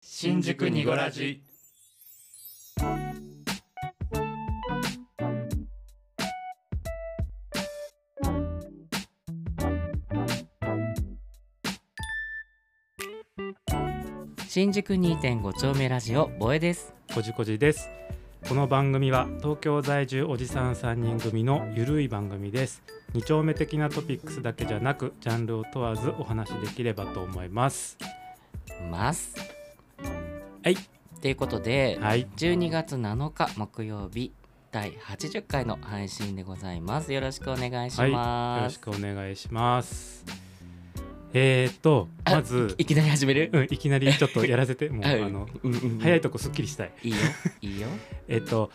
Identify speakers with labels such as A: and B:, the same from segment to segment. A: 新宿にごらじ
B: 新宿2.5丁目ラジオボエです
A: こじこじですこの番組は東京在住おじさん3人組のゆるい番組です二丁目的なトピックスだけじゃなくジャンルを問わずお話しできればと思います
B: ます
A: はい
B: ということで、
A: はい
B: 12月7日木曜日第80回の配信でございますよろしくお願いし
A: はいよ
B: ま
A: ろし
B: す、
A: くお願いしますえーとまず
B: い、きなり始める、
A: うん、いきなりちょっとやらせ てもうあ
B: はい
A: の
B: うんうんうん
A: 早いとこすっきりしたい
B: いいよいいよ
A: えっと、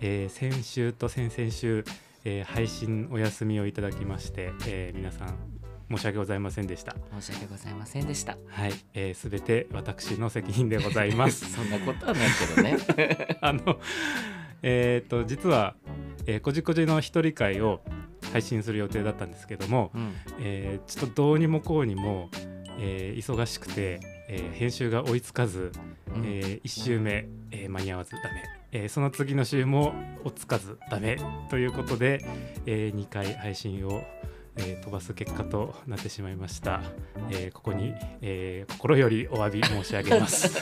A: えー先週と先々週、えー配信お休みをいただきまして、えー皆さん申し訳ございませんでした。
B: 申し訳ございませんでした
A: はい、えー、全て私の責任でござい ます。
B: そんなことはないけど ね
A: あの、えーっと実は、えーこじこじの一人会を配信する予定だったんですけども、
B: うん
A: えーちょっとどうにもこうにも、えー忙しくて、えー編集が追いつかず、
B: うん
A: え1週目、えー間に合わずダメ、えーその次の週もおつかずダメということで、え2回配信を、えー飛ばす結果となってしまいました、えーここに、えー心よりお詫び申し上げます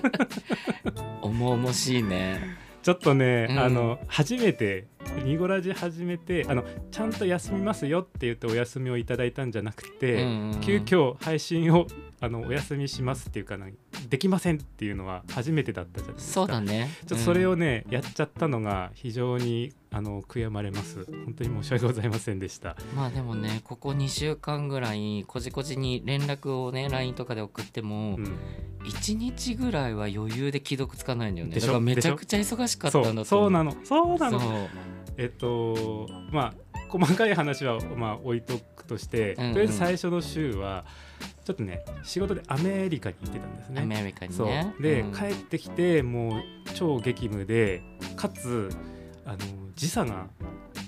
B: 重々しいね
A: ちょっとね、
B: うん
A: あの初めてニゴラジ始めてあのちゃんと休みますよって言ってお休みをいただいたんじゃなくて、
B: うんうん
A: 急遽配信をあのお休みしますっていうかなできませんっていうのは初めてだったじゃないですか
B: そうだね
A: ちょっとそれ
B: を、
A: をね、やっちゃったのが非常にあの悔やまれます。本当に申し訳ございませんでした。
B: うんまあでもねここ2週間ぐらいこじこじに連絡をね LINE とかで送っても、
A: うん、
B: 1日ぐらいは余裕で既読つかないんだよね
A: でしょ
B: だからめちゃくちゃ忙しかったんだ
A: そ
B: と思
A: う、そうなの、そうなの。
B: そう
A: えっと、まあ細かい話はまあ置いとくとして、
B: うんうん
A: とりあえず最初の週はちょっとね、仕事でアメリカに行ってたんです
B: ア
A: ね。
B: メリカに
A: そう
B: ね。
A: で、
B: うん
A: 帰ってきてもう超激務で、かつあの時差が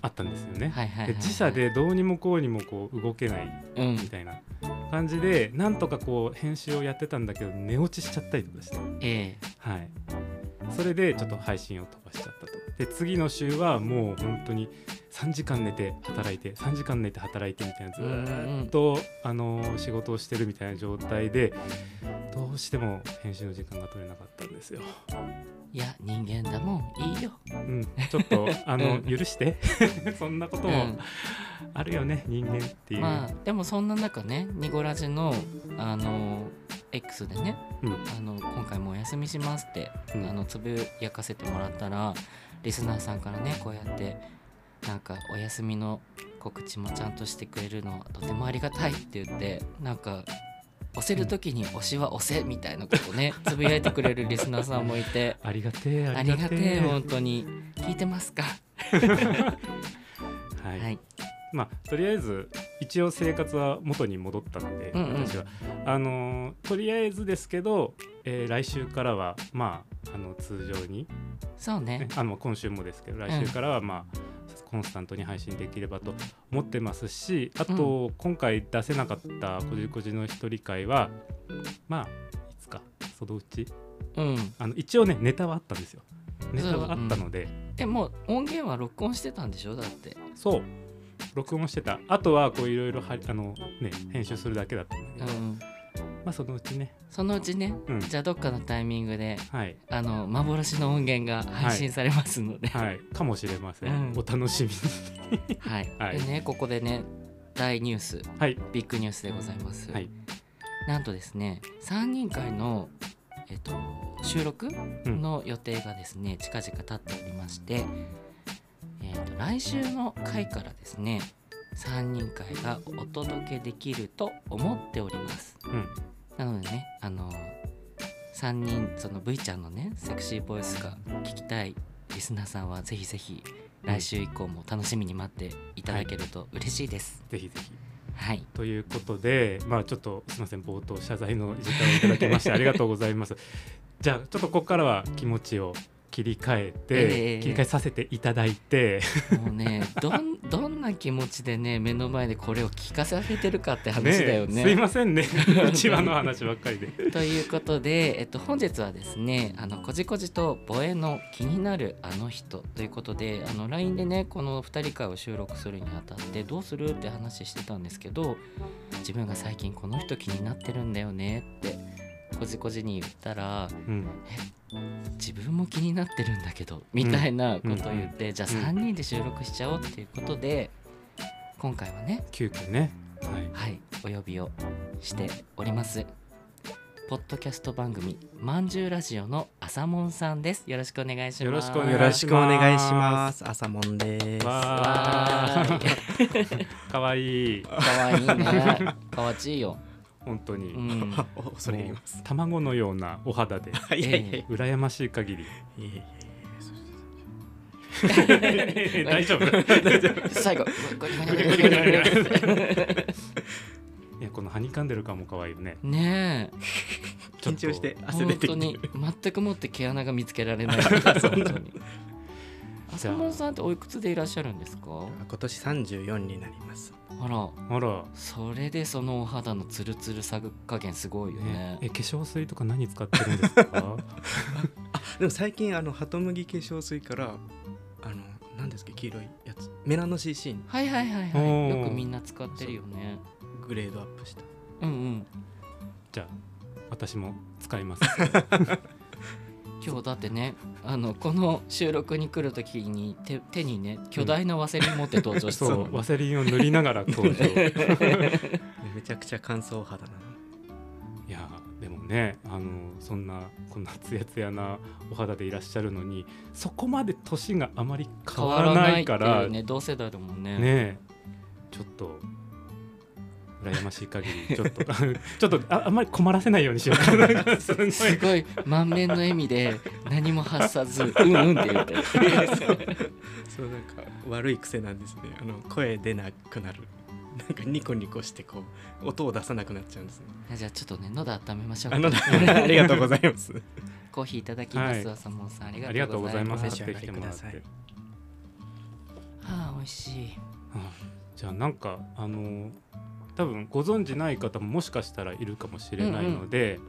A: あったんですよね。
B: はいはいはいはい
A: で時差でどうにもこうにもこう動けない
B: うん
A: みたいな感じでなんとかこう編集をやってたんだけど寝落ちしちゃったりとかして、
B: ええ
A: はい、それでちょっと配信を飛ばしちゃったとで次の週はもう本当に3時間寝て働いて3時間寝て働いてみたいなずーっと、あのー仕事をしてるみたいな状態でどうしても編集の時間が取れなかったんですよ、
B: いや人間だもんいいよ。
A: うん、ちょ っとあ
B: う
A: の、
B: ん
A: 許して そんなこと
B: う
A: も
B: ん
A: あるよね人間っていう、
B: まあでもそんな中ねニゴラジのあの X でね、
A: うん
B: あの今回もお休みしますって、
A: うん
B: あのつぶやかせてもらったらリスナーさんからねこうやってなんかお休みの告知もちゃんとしてくれるのはとてもありがたいって言ってなんか押せる時に押しは押せみたいなこと ね、つぶやいてくれるリスナーさんもいて
A: ありがてえ
B: あ
A: あ
B: り
A: り
B: が
A: が
B: て
A: て
B: え
A: え
B: 本当に聞いてますか
A: はい
B: はい
A: まあ、とりあえず一応生活は元に戻ったので、
B: うんうん
A: 私はあのーとりあえずですけど、えー来週からはまああの通常に、
B: そう
A: ね
B: ね、
A: あの今週もですけど来週からはまあ、コンスタントに配信できればと思ってますしあと、今回出せなかった「こじこじの一人会は」まあいつかそのうち
B: うん
A: あの一応ねネタはあったんですよネタはあったので、
B: でも音源は録音してたんでしょだって
A: そう録音してたあとはこういろいろはあの、ね、編集するだけだったんだけ
B: う
A: ど、
B: ん
A: まあそのうちね、
B: そのうちね、
A: うん
B: じゃあどっかのタイミングで
A: はい、
B: あの幻の音源が配信されますので、
A: はい、かもしれません。
B: うん
A: お楽しみに。
B: はい
A: はい
B: でねここでね大ニュース
A: はい、
B: ビッグニュースでございます、
A: はい
B: なんとですね3人会の、えっと、収録
A: うん
B: の予定がですね、近々立っておりまして、えっと来週の回からですね3人会がお届けできると思っております
A: うん、
B: なのでねあの3人その V ちゃんのねセクシーボイスが聞きたいリスナーさんはぜひぜひ来週以降も楽しみに待っていただけると嬉しいです。
A: ぜひぜひ。
B: はい、
A: ということで、まあちょっとすみません、冒 頭謝罪の時間をいただきましてありがとうございます。じゃあちょっとここからは気持ちを切り替えて、
B: ええ
A: 切り替えさせていただいて、
B: もうねどん どんな気持ちでね目の前でこれを聞かされてるかって話だよね。
A: ねえすいませんね うちわの話ばっかりで。
B: ということで、えっと、本日はですね「あのこじこじとボエの気になるあの人」ということであの LINE でねこの2人会を収録するにあたってどうするって話してたんですけど自分が最近この人気になってるんだよねってこじこじに言ったら
A: うん
B: 自分も気になってるんだけどみたいなことを言って、じゃあ
A: うん
B: 3人で収録しちゃおうっていうことで今回はね
A: 急遽ね、は
B: は
A: い、
B: い、お呼びをしております。ポッドキャスト番組まんじゅうラジオの朝もんさんです。よろしくお願いします。
A: よろしくお願い
C: よろしくお願いします。朝もんです。
A: わ
B: わ
A: ー
B: ーい
A: かわいい
B: かわいいね。かわちいよ。
A: 本当に、
B: うん。
C: お恐れ入ります。
A: 卵のようなお肌で
C: いやいやいやい
A: 羨ましい限り
C: やいや。
A: 大丈夫
B: 最後。ゴリゴリゴリゴリゴリゴリ
A: いやこのはにかんでる感も可愛いよね
B: ねえ、
A: ちょっ
C: 緊
A: と
C: 張して汗出
B: 本
C: て
B: 当
C: きて
B: に
C: る。
B: 全くもって毛穴が見つけられない。
C: そんな
B: 本当に
A: じゃ
B: 朝
A: あ
B: もんさんっておいくつでいらっしゃるんですか？
C: 今年三十四になります。
B: あら、
A: あら、
B: それでそのお肌のツルツルさ加減すごいよ
A: ね
B: ね。
A: え化粧水とか何使ってるんで すか
C: でも最近あのハトムギ化粧水からあの何ですか黄色いやつメラノ CC に
B: はいはいはい
A: お
B: はい
A: ー
B: よくみんな使ってるよね
C: グレードアップした。
B: うんうん
A: じゃあ私も使います
B: 今日だってねあのこの収録に来る時に手手にね巨大なワセリン持って登場してた
A: そ
B: もん
A: うワセリンを塗りながら登場い
C: めちゃくちゃ乾燥肌なの。
A: やでもねあのそんなこんなツヤツヤなお肌でいらっしゃるのにそこまで年があまり変わらないか
B: 変わ
A: ら
B: っていうね同世代だもんね
A: ねえちょっと羨ましい限りちょっと ちょっとああんまり困らせないようにしようかな すごい
B: すごい満面の笑みで何も発さずうんうんって言って
C: そうなんか悪い癖なんですね。あの声出なくなる。なんかニコニコしてこう音を出さなくなっちゃうんですね。
B: じゃあちょっとね喉温めましょう
C: あ のありがとうございます。
B: コーヒーいただきます、
A: はい
B: 朝もんさんあ
A: あ
B: り
A: り
B: が
A: が
B: と
A: と
B: う
A: う
B: ご
A: ご
B: ざ
A: ざ
B: い
A: い
B: ま
A: ますす
C: お召し上が
A: 持っ
C: り
A: てきてもらっ
C: くださ
A: て
C: い
B: はあ美味しい
A: あじゃあなんかあの多分ご存知ない方ももしかしたらいるかもしれないので、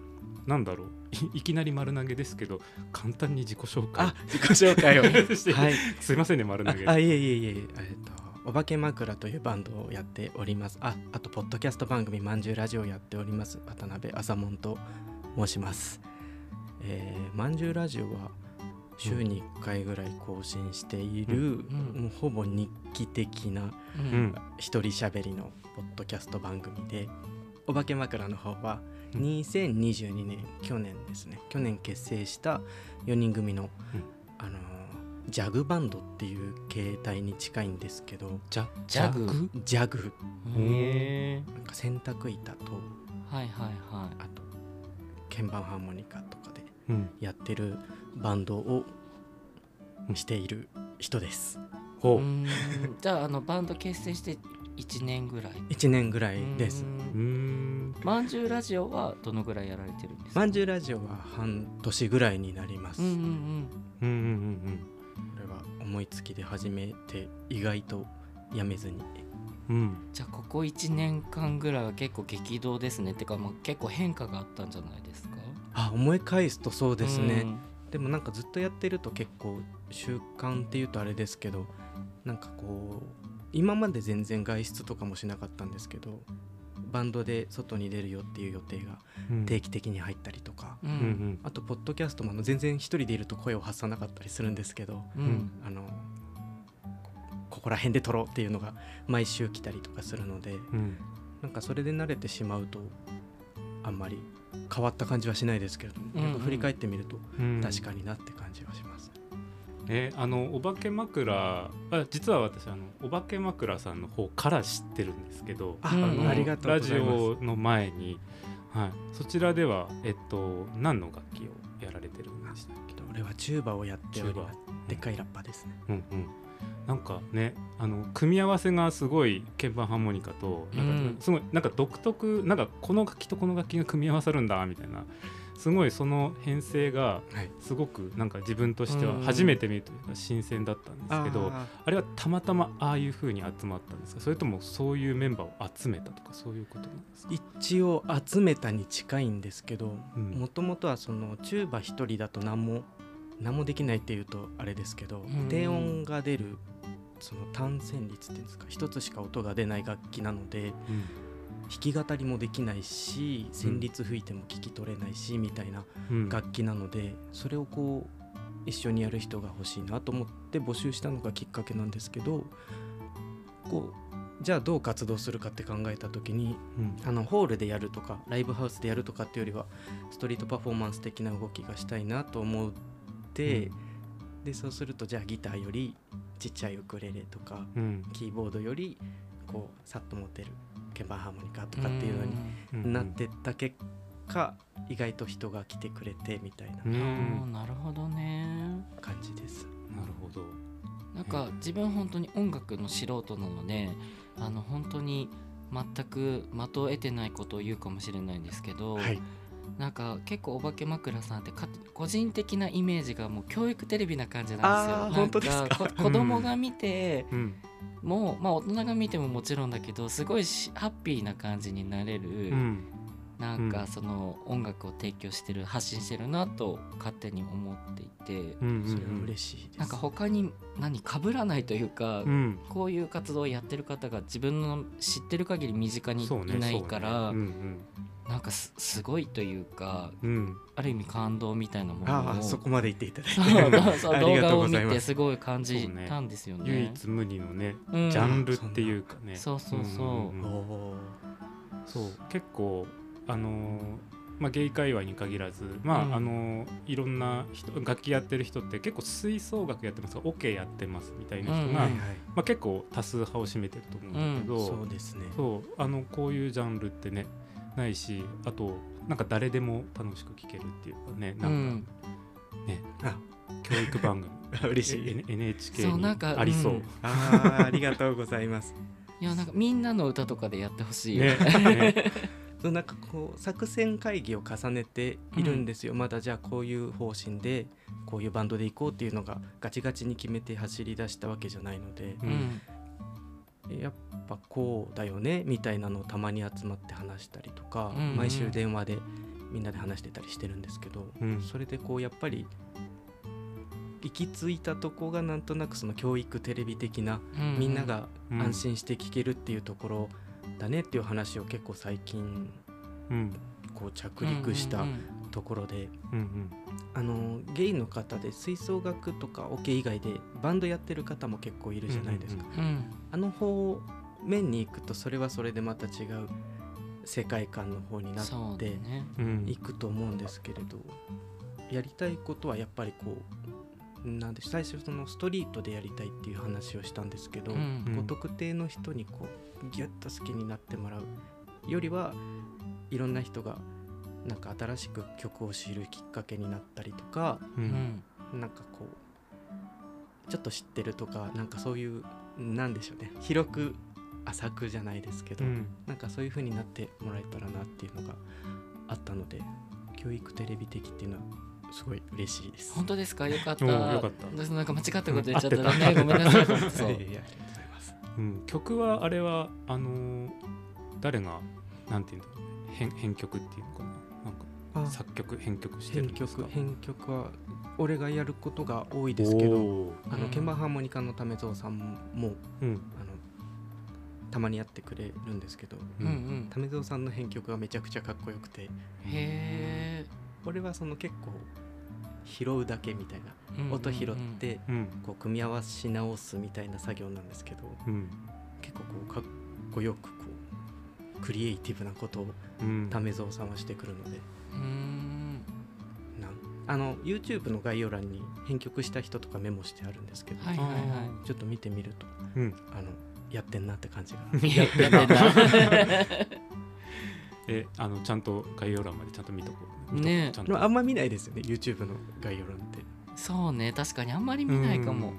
A: なんだろういいきなり丸投げですけど簡単に自己紹介
C: あ、自己紹介を。
A: して、
C: はい。
A: すいませんね丸投
C: あ
A: げ
C: あいえいえいええっとお化け枕というバンドをやっておりますああとポッドキャスト番組まんじゅうラジオをやっております渡辺朝門と申しますえーまんじゅうラジオは週に1回ぐらい更新している、
B: んうん
C: もうほぼ日記的な
B: う
A: うんん、
C: 一人しゃべりのポッドキャスト番組でお化け枕の方は
A: うん
C: 2022年、去年ですね去年結成した4人組の、
A: うん
C: あのージャグバンドっていう形態に近いんですけど
A: じゃ
B: ジャグ
C: ジャグ
A: うん
B: へえ
C: なんか洗濯板と
B: はいはいは
C: あと鍵盤ハーモニカとかで
A: うん
C: やってるバンドを
A: うん
C: している人です
B: いう
A: ほう、
B: んじゃああのバンド結成して1年ぐらい
C: 1年ぐらいです
B: うん
A: うーん
B: まんじゅうラジオはどのぐらいやられてるんですか。
C: まんじゅうラジオは半年ぐらいになります、
B: うんうん
A: うんうんうん
C: これは思いつきで始めて意外とやめずに
A: うんうん
B: うん。じゃあここ一年間ぐらいは結構激動ですね。てかもう結構変化があったんじゃないですか。
C: あ思い返すとそうです
B: う
C: ね、
B: ん
C: でもなんかずっとやってると結構習慣っていうとあれですけどなんかこう今まで全然外出とかもしなかったんですけどバンドで外に出るよっていう予定が
A: うん
C: 定期的に入ったりとか、
B: う
A: うんん
C: あとポッドキャストもあの全然一人でいると声を発さなかったりするんですけど
B: うんん。
C: あのこここら辺で撮ろうっていうのが毎週来たりとかするので
A: うんうん
C: なんかそれで慣れてしまうとあんまり変わった感じはしないですけれども、
B: うんうん
C: なんか振り返ってみると
A: うん
C: 確かになって感じはします、
A: えーあのお化け枕あ実は私あのお化け枕さんの方から知ってるんですけど
C: あ
B: うん
A: あの
C: ありがとうござい
A: ラジ
C: ます
A: オの前に、はい、そちらではえっと何の楽器をやられてるんでしたっけ
C: 俺はチューバをやっております
A: チ
C: でっかいラッパですね
A: うんうんなんかねあの組み合わせがすごい鍵盤ハーモニカとなんか、
B: うん
A: すごいなんか独特なんかこの楽器とこの楽器が組み合わさるんだみたいなすごいその編成が
C: はい
A: すごくなんか自分としては
B: うん
A: 初めて見るというか新鮮だったんですけどあ
C: あ
A: れはたまたまああいう風に集まったんですかそれともそういうメンバーを集めたとかそういうことなんですか
C: ー、一応集めたに近いんですけど
A: うん
C: もともとはそのチューバ一人だと何も何もできないっていうとあれですけど
B: ん
C: 低音が出るその単線率っていうんですか一つしか音が出ない楽器なので
A: うん
C: 弾き語りもできないし旋律吹いても聞き取れないしみたいな
A: うん
C: 楽器なのでそれをこう一緒にやる人が欲しいなと思って募集したのがきっかけなんですけどこうじゃあどう活動するかって考えた時に
A: うん
C: あのホールでやるとかライブハウスでやるとかっていうよりはストリートパフォーマンス的な動きがしたいなと思って、でそうするとじゃあギターよりちっちゃいウクレレとか
A: うん
C: キーボードよりこうさっと持てる鍵盤ハーモニカとかっていうのに
A: うん
C: なってった結果意外と人が来てくれてみたいな
A: うん
B: うんあーなるほどね
C: 感じです。
A: なるほど
B: なんか自分本当に音楽の素人なのであの本当に全く的を得てないことを言うかもしれないんですけど、
C: はい、
B: なんか結構お化け枕さんってか個人的なイメージがもう教育テレビな感じ
C: あ
B: な
C: ー
B: んですよ。なん
C: 本当ですか
B: こ子供が見て、
A: うん
B: もうまあ大人が見てももちろんだけどすごいしハッピーな感じになれる、
A: うん
B: なん
A: うん
B: かその音楽を提供してる発信してるなと勝手に思っていて、
A: うん
C: それは
A: うん
C: 嬉しいです。
B: なんか他に何かぶらないというか、
A: うん
B: こういう活動をやってる方が自分の知ってる限り身近に
A: そうね
B: いないから、
A: そうねうん
B: なんかすすごいというか
A: うんうん
B: ある意味感動みたいなものを
C: ああそこまで言ってい ただいて
B: そうそうそう
C: あ
B: 動
C: りがと
B: 画
C: う
B: を
C: ご
B: 見
C: ざいます
B: てすごい感じたんですよね。
A: 唯一無二のね
B: うん
A: ジャンルっていうかね
B: そうそうそうん
A: ん
C: お
A: ん
C: お
A: そう結構あのーまあ、ゲイ界隈に限らず、まあ
B: うん
A: あのーいろんな人楽器やってる人って結構吹奏楽やってますとかオケやってますみたいな人
C: ー
A: が、
B: う
C: はい
B: ん
C: はい
A: まあ、結構多数派を占めてると思うんだけど、
C: そうですね。
A: そうあのこういうジャンルってねないしあとなんか誰でも楽しく聴けるっていうかね
B: う
A: なん
B: ん、
C: あ
A: か教育番組、
C: 嬉しい。
A: え NHK
B: そう
A: に
B: なんか
A: ありそう。
B: うん
C: ああありがとうございます。
B: いやなんかみんなの歌とかでやってほしい、
A: ねね
C: そうなんかこう作戦会議を重ねているんですよ、まだじゃあこういう方針でこういうバンドで行こうっていうのがガチガチに決めて走り出したわけじゃないので
B: う、ん
C: やっぱこうだよねみたいなのをたまに集まって話したりとか、
B: うんうん
C: 毎週電話でみんなで話してたりしてるんですけど、
A: うん
C: それでこうやっぱり行き着いたとこがなんとなくその教育テレビ的な
B: うん、
C: みんなが
A: うん
C: 安心して聞けるっていうところだねっていう話を結構最近
A: うん
C: こう着陸した
B: うんうん
C: ところで、
A: うん
C: あのゲイの方で吹奏楽とかオケ以外でバンドやってる方も結構いるじゃないですか、
B: うんうん
C: あの方面に行くとそれはそれでまた違う世界観の方になっ
B: そうだ
C: て
B: ね
A: うんうん
C: いくと思うんですけれど、やりたいことはやっぱりこうなんで最初そのストリートでやりたいっていう話をしたんですけど、
B: うん
C: こう特定の人にこうギュッと好きになってもらうよりはいろんな人がなんか新しく曲を知るきっかけになったりとか
A: う
B: うんん
C: なんかこうちょっと知ってるとかなんかそういうなんでしょうね広く浅くじゃないですけど、
A: うん
C: なんかそういう風になってもらえたらなっていうのがあったので教育テレビ的っていうのはすごい嬉しいです。
B: 本当ですかよかった
A: おーよかった
B: 私なんか間違ったこと言っちゃっ
A: 合
B: た
A: って
B: ねごめんなさい
C: そ
B: そうう
C: いやいやありがとうございます。
A: うん、曲はあれはあのー誰がなんていうんだろう編編曲っていうのかななんか作曲編曲してる
C: 編
A: んです
C: 曲
A: か
C: 編曲は俺がやることが多いですけど
A: おー
C: あ
B: う
C: の
B: ん
C: 鍵盤ハーモニカの為蔵さんも
A: うん
C: あのたまにやってくれるんですけど
B: う
A: う
B: んんうん
C: 為蔵さんの編曲がめちゃくちゃかっこよくて
B: へ
C: 俺はその結構拾うだけみたいな、
B: え
C: 音拾って
A: うん
C: こう組み合わせ直すみたいな作業なんですけど
A: うん
C: 結構こうかっこよくこうクリエイティブなことを
A: うん
C: 為蔵さんはしてくるので
B: うん
C: なんあの YouTube の概要欄に編曲した人とかメモしてあるんですけど、
B: はいはいはい
C: ちょっと見てみると
A: うん
C: あのやってんなって感 じが
B: やってんな
A: えあのちゃんと概要欄までちゃんと見とこう見とこう
B: ねえ
A: ちゃん
C: でも
A: と
C: あんま見ないですよね YouTube の概要欄って
B: そうね確かにあんまり見ないかも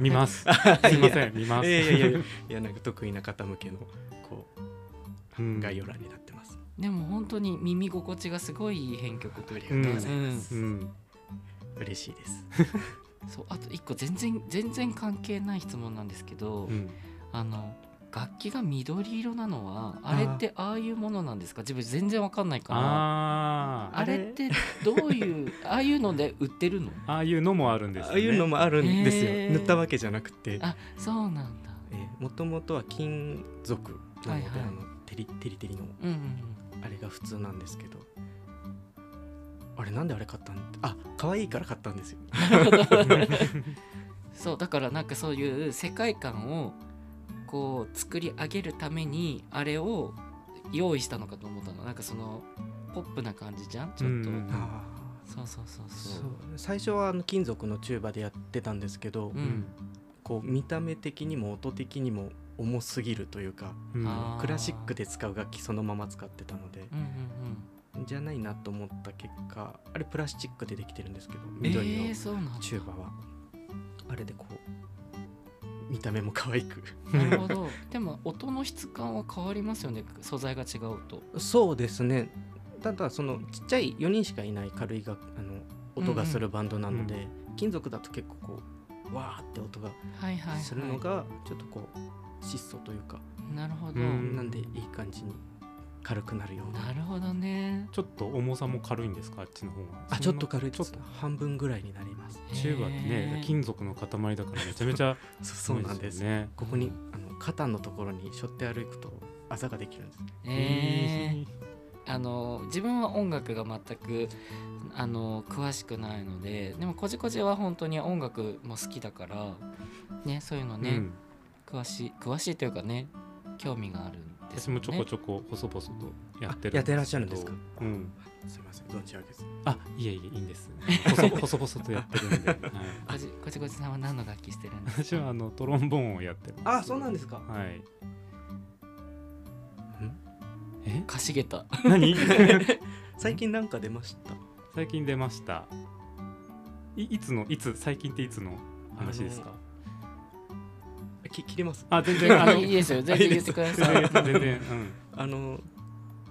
A: 見ます すいません見ます
C: いやいやいやいやなんか得意な方向けのこ
A: う
C: うん概要欄になってます、
B: でも本当に耳心地がすごいいい編曲というか、
A: うんうん、
C: 嬉しいです。
B: そうあと一個全然全然関係ない質問なんですけど、
A: うん、
B: あの楽器が緑色なのはあれってああいうものなんですか自分全然わかんないからあ
A: あー
B: れってどういうああいうので売ってるの
A: ああいうのもあるんです
C: あ
A: よ、ね、
C: あいうのもあるんですよ。
B: へー
C: 塗ったわけじゃなくて、
B: あそうなんだ
C: もともとは金属なので、
B: はいはい
C: あのテリテリテリの
B: うんうん
C: あれが普通なんですけど。あれなんであれ買ったんあ可愛いから買ったんですよ。
B: うんそうだからなんかそういう世界観をこう作り上げるためにあれを用意したのかと思ったのなんかそのポップな感じじゃんちょっと、
A: うん
C: あ
B: そうそうそう
C: ー
B: そ
C: そうう最初はあの金属のチューバでやってたんですけど、
B: う
A: うん
B: ん、
C: こう見た目的にも音的にも重すぎるというか
A: うん
B: あー
C: クラシックで使う楽器そのまま使ってたので
B: うんうん
C: じゃないなと思った結果あれプラスチックでできてるんですけど
B: うん
C: 緑
B: え
C: の
B: ー、そうなんだ
C: チューバは、あれでこう見た目も可愛く
B: なるほど。でも音の質感は変わりますよね。素材が違うと。
C: そうですねただそのちっちゃい4人しかいない軽いがあの音がするバンドなので、
A: うん
C: 金属だと結構こうわーって音が
B: はいはい、はい。
C: するのがちょっとこう質素というか、
B: なるほど。
A: うん
C: なんでいい感じに軽くなるような
B: なるほどね。
A: ちょっと重さも軽いんですかあっちの方は
C: あちょっと軽い
A: ち
C: で
A: ょっ
C: す
A: と
C: 半分ぐらいになります
A: チューバって
B: へ
A: ね
B: ー
A: 金属の塊だからめちゃめちゃ
C: そ
A: 重いですよね
C: ここにあの肩のところに背負って歩くとあざができるんです
B: えーあの自分は音楽が全くあの詳しくないので、でもこじこじは本当に音楽も好きだから、ねそういうのね、
A: うん
B: 詳しい詳しいというかね興味があるんですよ
A: 私
B: ね。
A: もちょこちょこ細々とやってるんです
C: あ
A: けど
C: やってらっしゃるんですか
A: うん、
C: すいませんどっち上げです
A: あいえいえいいんです 細細々とやってるんで、はい、
B: こじこじこじさんは何の楽器してるんですか。
A: 私はあのトロンボーンをやってま
C: あ
A: す
C: そうなんですか
A: はいえ
B: かしげた。
A: 何
C: 最近なんか出ました
A: 最近出ましたいいつのいつ最近っていつの話ですか
C: き切れます
A: あ全然あの
B: いいですよ。全
C: い
B: 然
C: いで
B: 言っ
C: す
B: てください。
A: 全然全然うん
C: あの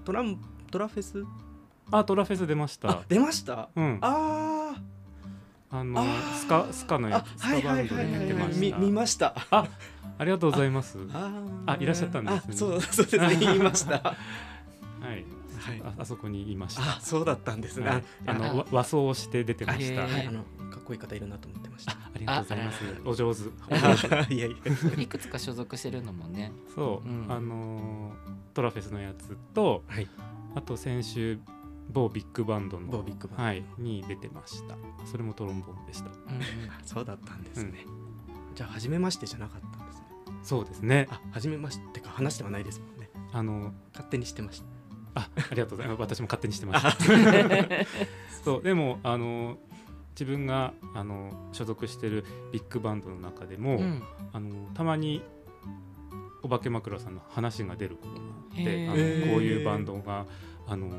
C: トラントラフェス
A: あトラフェス出ました
C: 出ました
A: うんあ
C: あ
A: の
C: あー
A: スカスカの
C: ー
A: や
C: あ
A: つス
C: はい
A: カバ
C: は
A: ン
C: い
A: ド
C: はい
A: で
C: はい
A: 出て
C: は
A: ま
C: いみ
A: した
C: 見ました
A: あありがとうございますは
C: あ
A: あいらっしゃったんですね
C: あそうそうですね言いましたはい
A: ああそこにいました
C: あそうだったんですね
A: はいあ
C: あ
A: の
B: あ
A: わ和装をして出てました。
B: あ
A: あ
B: へー
C: はいあのかっこいい方いるなと思ってました
A: ありがとうございます
B: ああら。
A: お上手。
C: いやいや
B: いくつか所属してるのもね。
A: そう、
B: うん
A: あのートラフェスのやつと、
C: はい
A: あと先週某ビッグバンド
C: 某
A: の
C: ビッグバンド
A: はいに出てました。それもトロンボーンでし
B: う
A: た。
B: んうん
C: そうだったんですね。じゃあ初めましてじゃなかったんですね。
A: そうですね。
C: あ、初めましてか話してはないですもんね。
A: あの
C: 勝手にしてました。
A: あありがとうございます。私も勝手にしてました。 そうでもあのー自分があのー所属してるビッグバンドの中でも、
B: うん
A: あのたまにお化け枕さんの話が出ることがあって
B: へー
A: あのこういうバンドがあの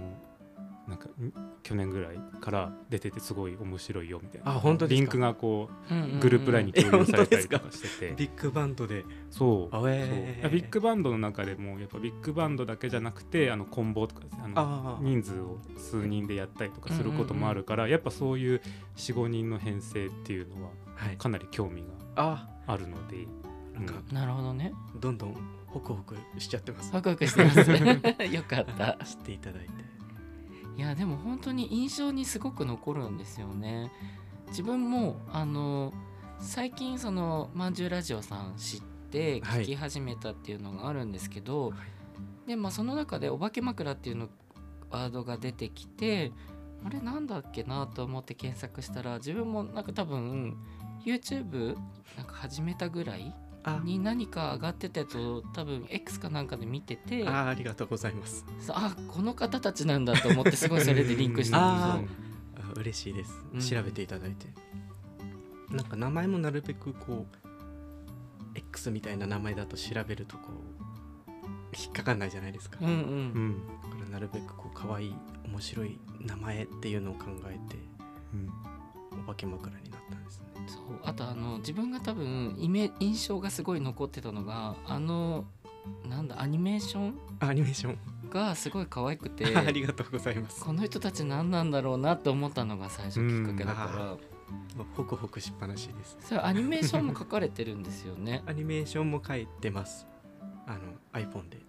A: なんかん去年ぐらいから出ててすごい面白いよみたいな
C: あ、本当ですか。
A: リンクがこ
B: うんうんう
A: うんグループラインに共有されたりとかしてて、
C: ビッグバンドで。
A: そう
C: あ
A: そう
C: えー
A: ビッグバンドの中でもやっぱビッグバンドだけじゃなくてあのコンボとかですねあの
C: あー
A: 人数を数人でやったりとかすることもあるから、やっぱそういう45人の編成っていうのは
C: はい。
A: かなり興味
C: あ、
A: があるので。
C: なんか
B: なるほどね。
C: どんどんホクホクしちゃってます。
B: ワクワクしてます。 よかった。
C: 知っていただいて。
B: いやでも本当に印象にすごく残るんですよね。自分もあの最近そのまんじゅうラジオさん知って
C: はい
B: 聞き始めたっていうのがあるんですけど、
C: はい
B: でまあその中で「お化け枕」っていうのワードが出てきてあれなんだっけなと思って検索したら自分もなんか多分 YouTube なんか始めたぐらい
C: あ、
B: に何か上がってたやつを多分 X かなんかで見ててあ
C: あ、ありがとうございます。
B: あこの方たちなんだと思ってすごいそれでリンクした
C: う
B: んで
C: ん
B: すよ。
C: あ嬉しいです
B: うん。
C: 調べていただいて。なんか名前もなるべくこう。X みたいな名前だと調べるとこう引っかかんないじゃないですか。
B: うんう
A: うん
B: ん
C: だからなるべくこう可愛い面白い名前っていうのを考えて
A: うん
C: お化け枕になったんですね。
B: そうあとあの自分が多分イメ印象がすごい残ってたのがあのなんだアニメーション
C: あアニメーション。
B: がすごい可愛くて
C: ありがとうございます
B: この人たち何なんだろうなって思ったのが最初きっかけだ
C: うん
B: か
C: もうホクホクしっぱなしです
B: らそれアニメーションも書かれてるんですよ ね
C: アニメーションも書いてますあの iPhone で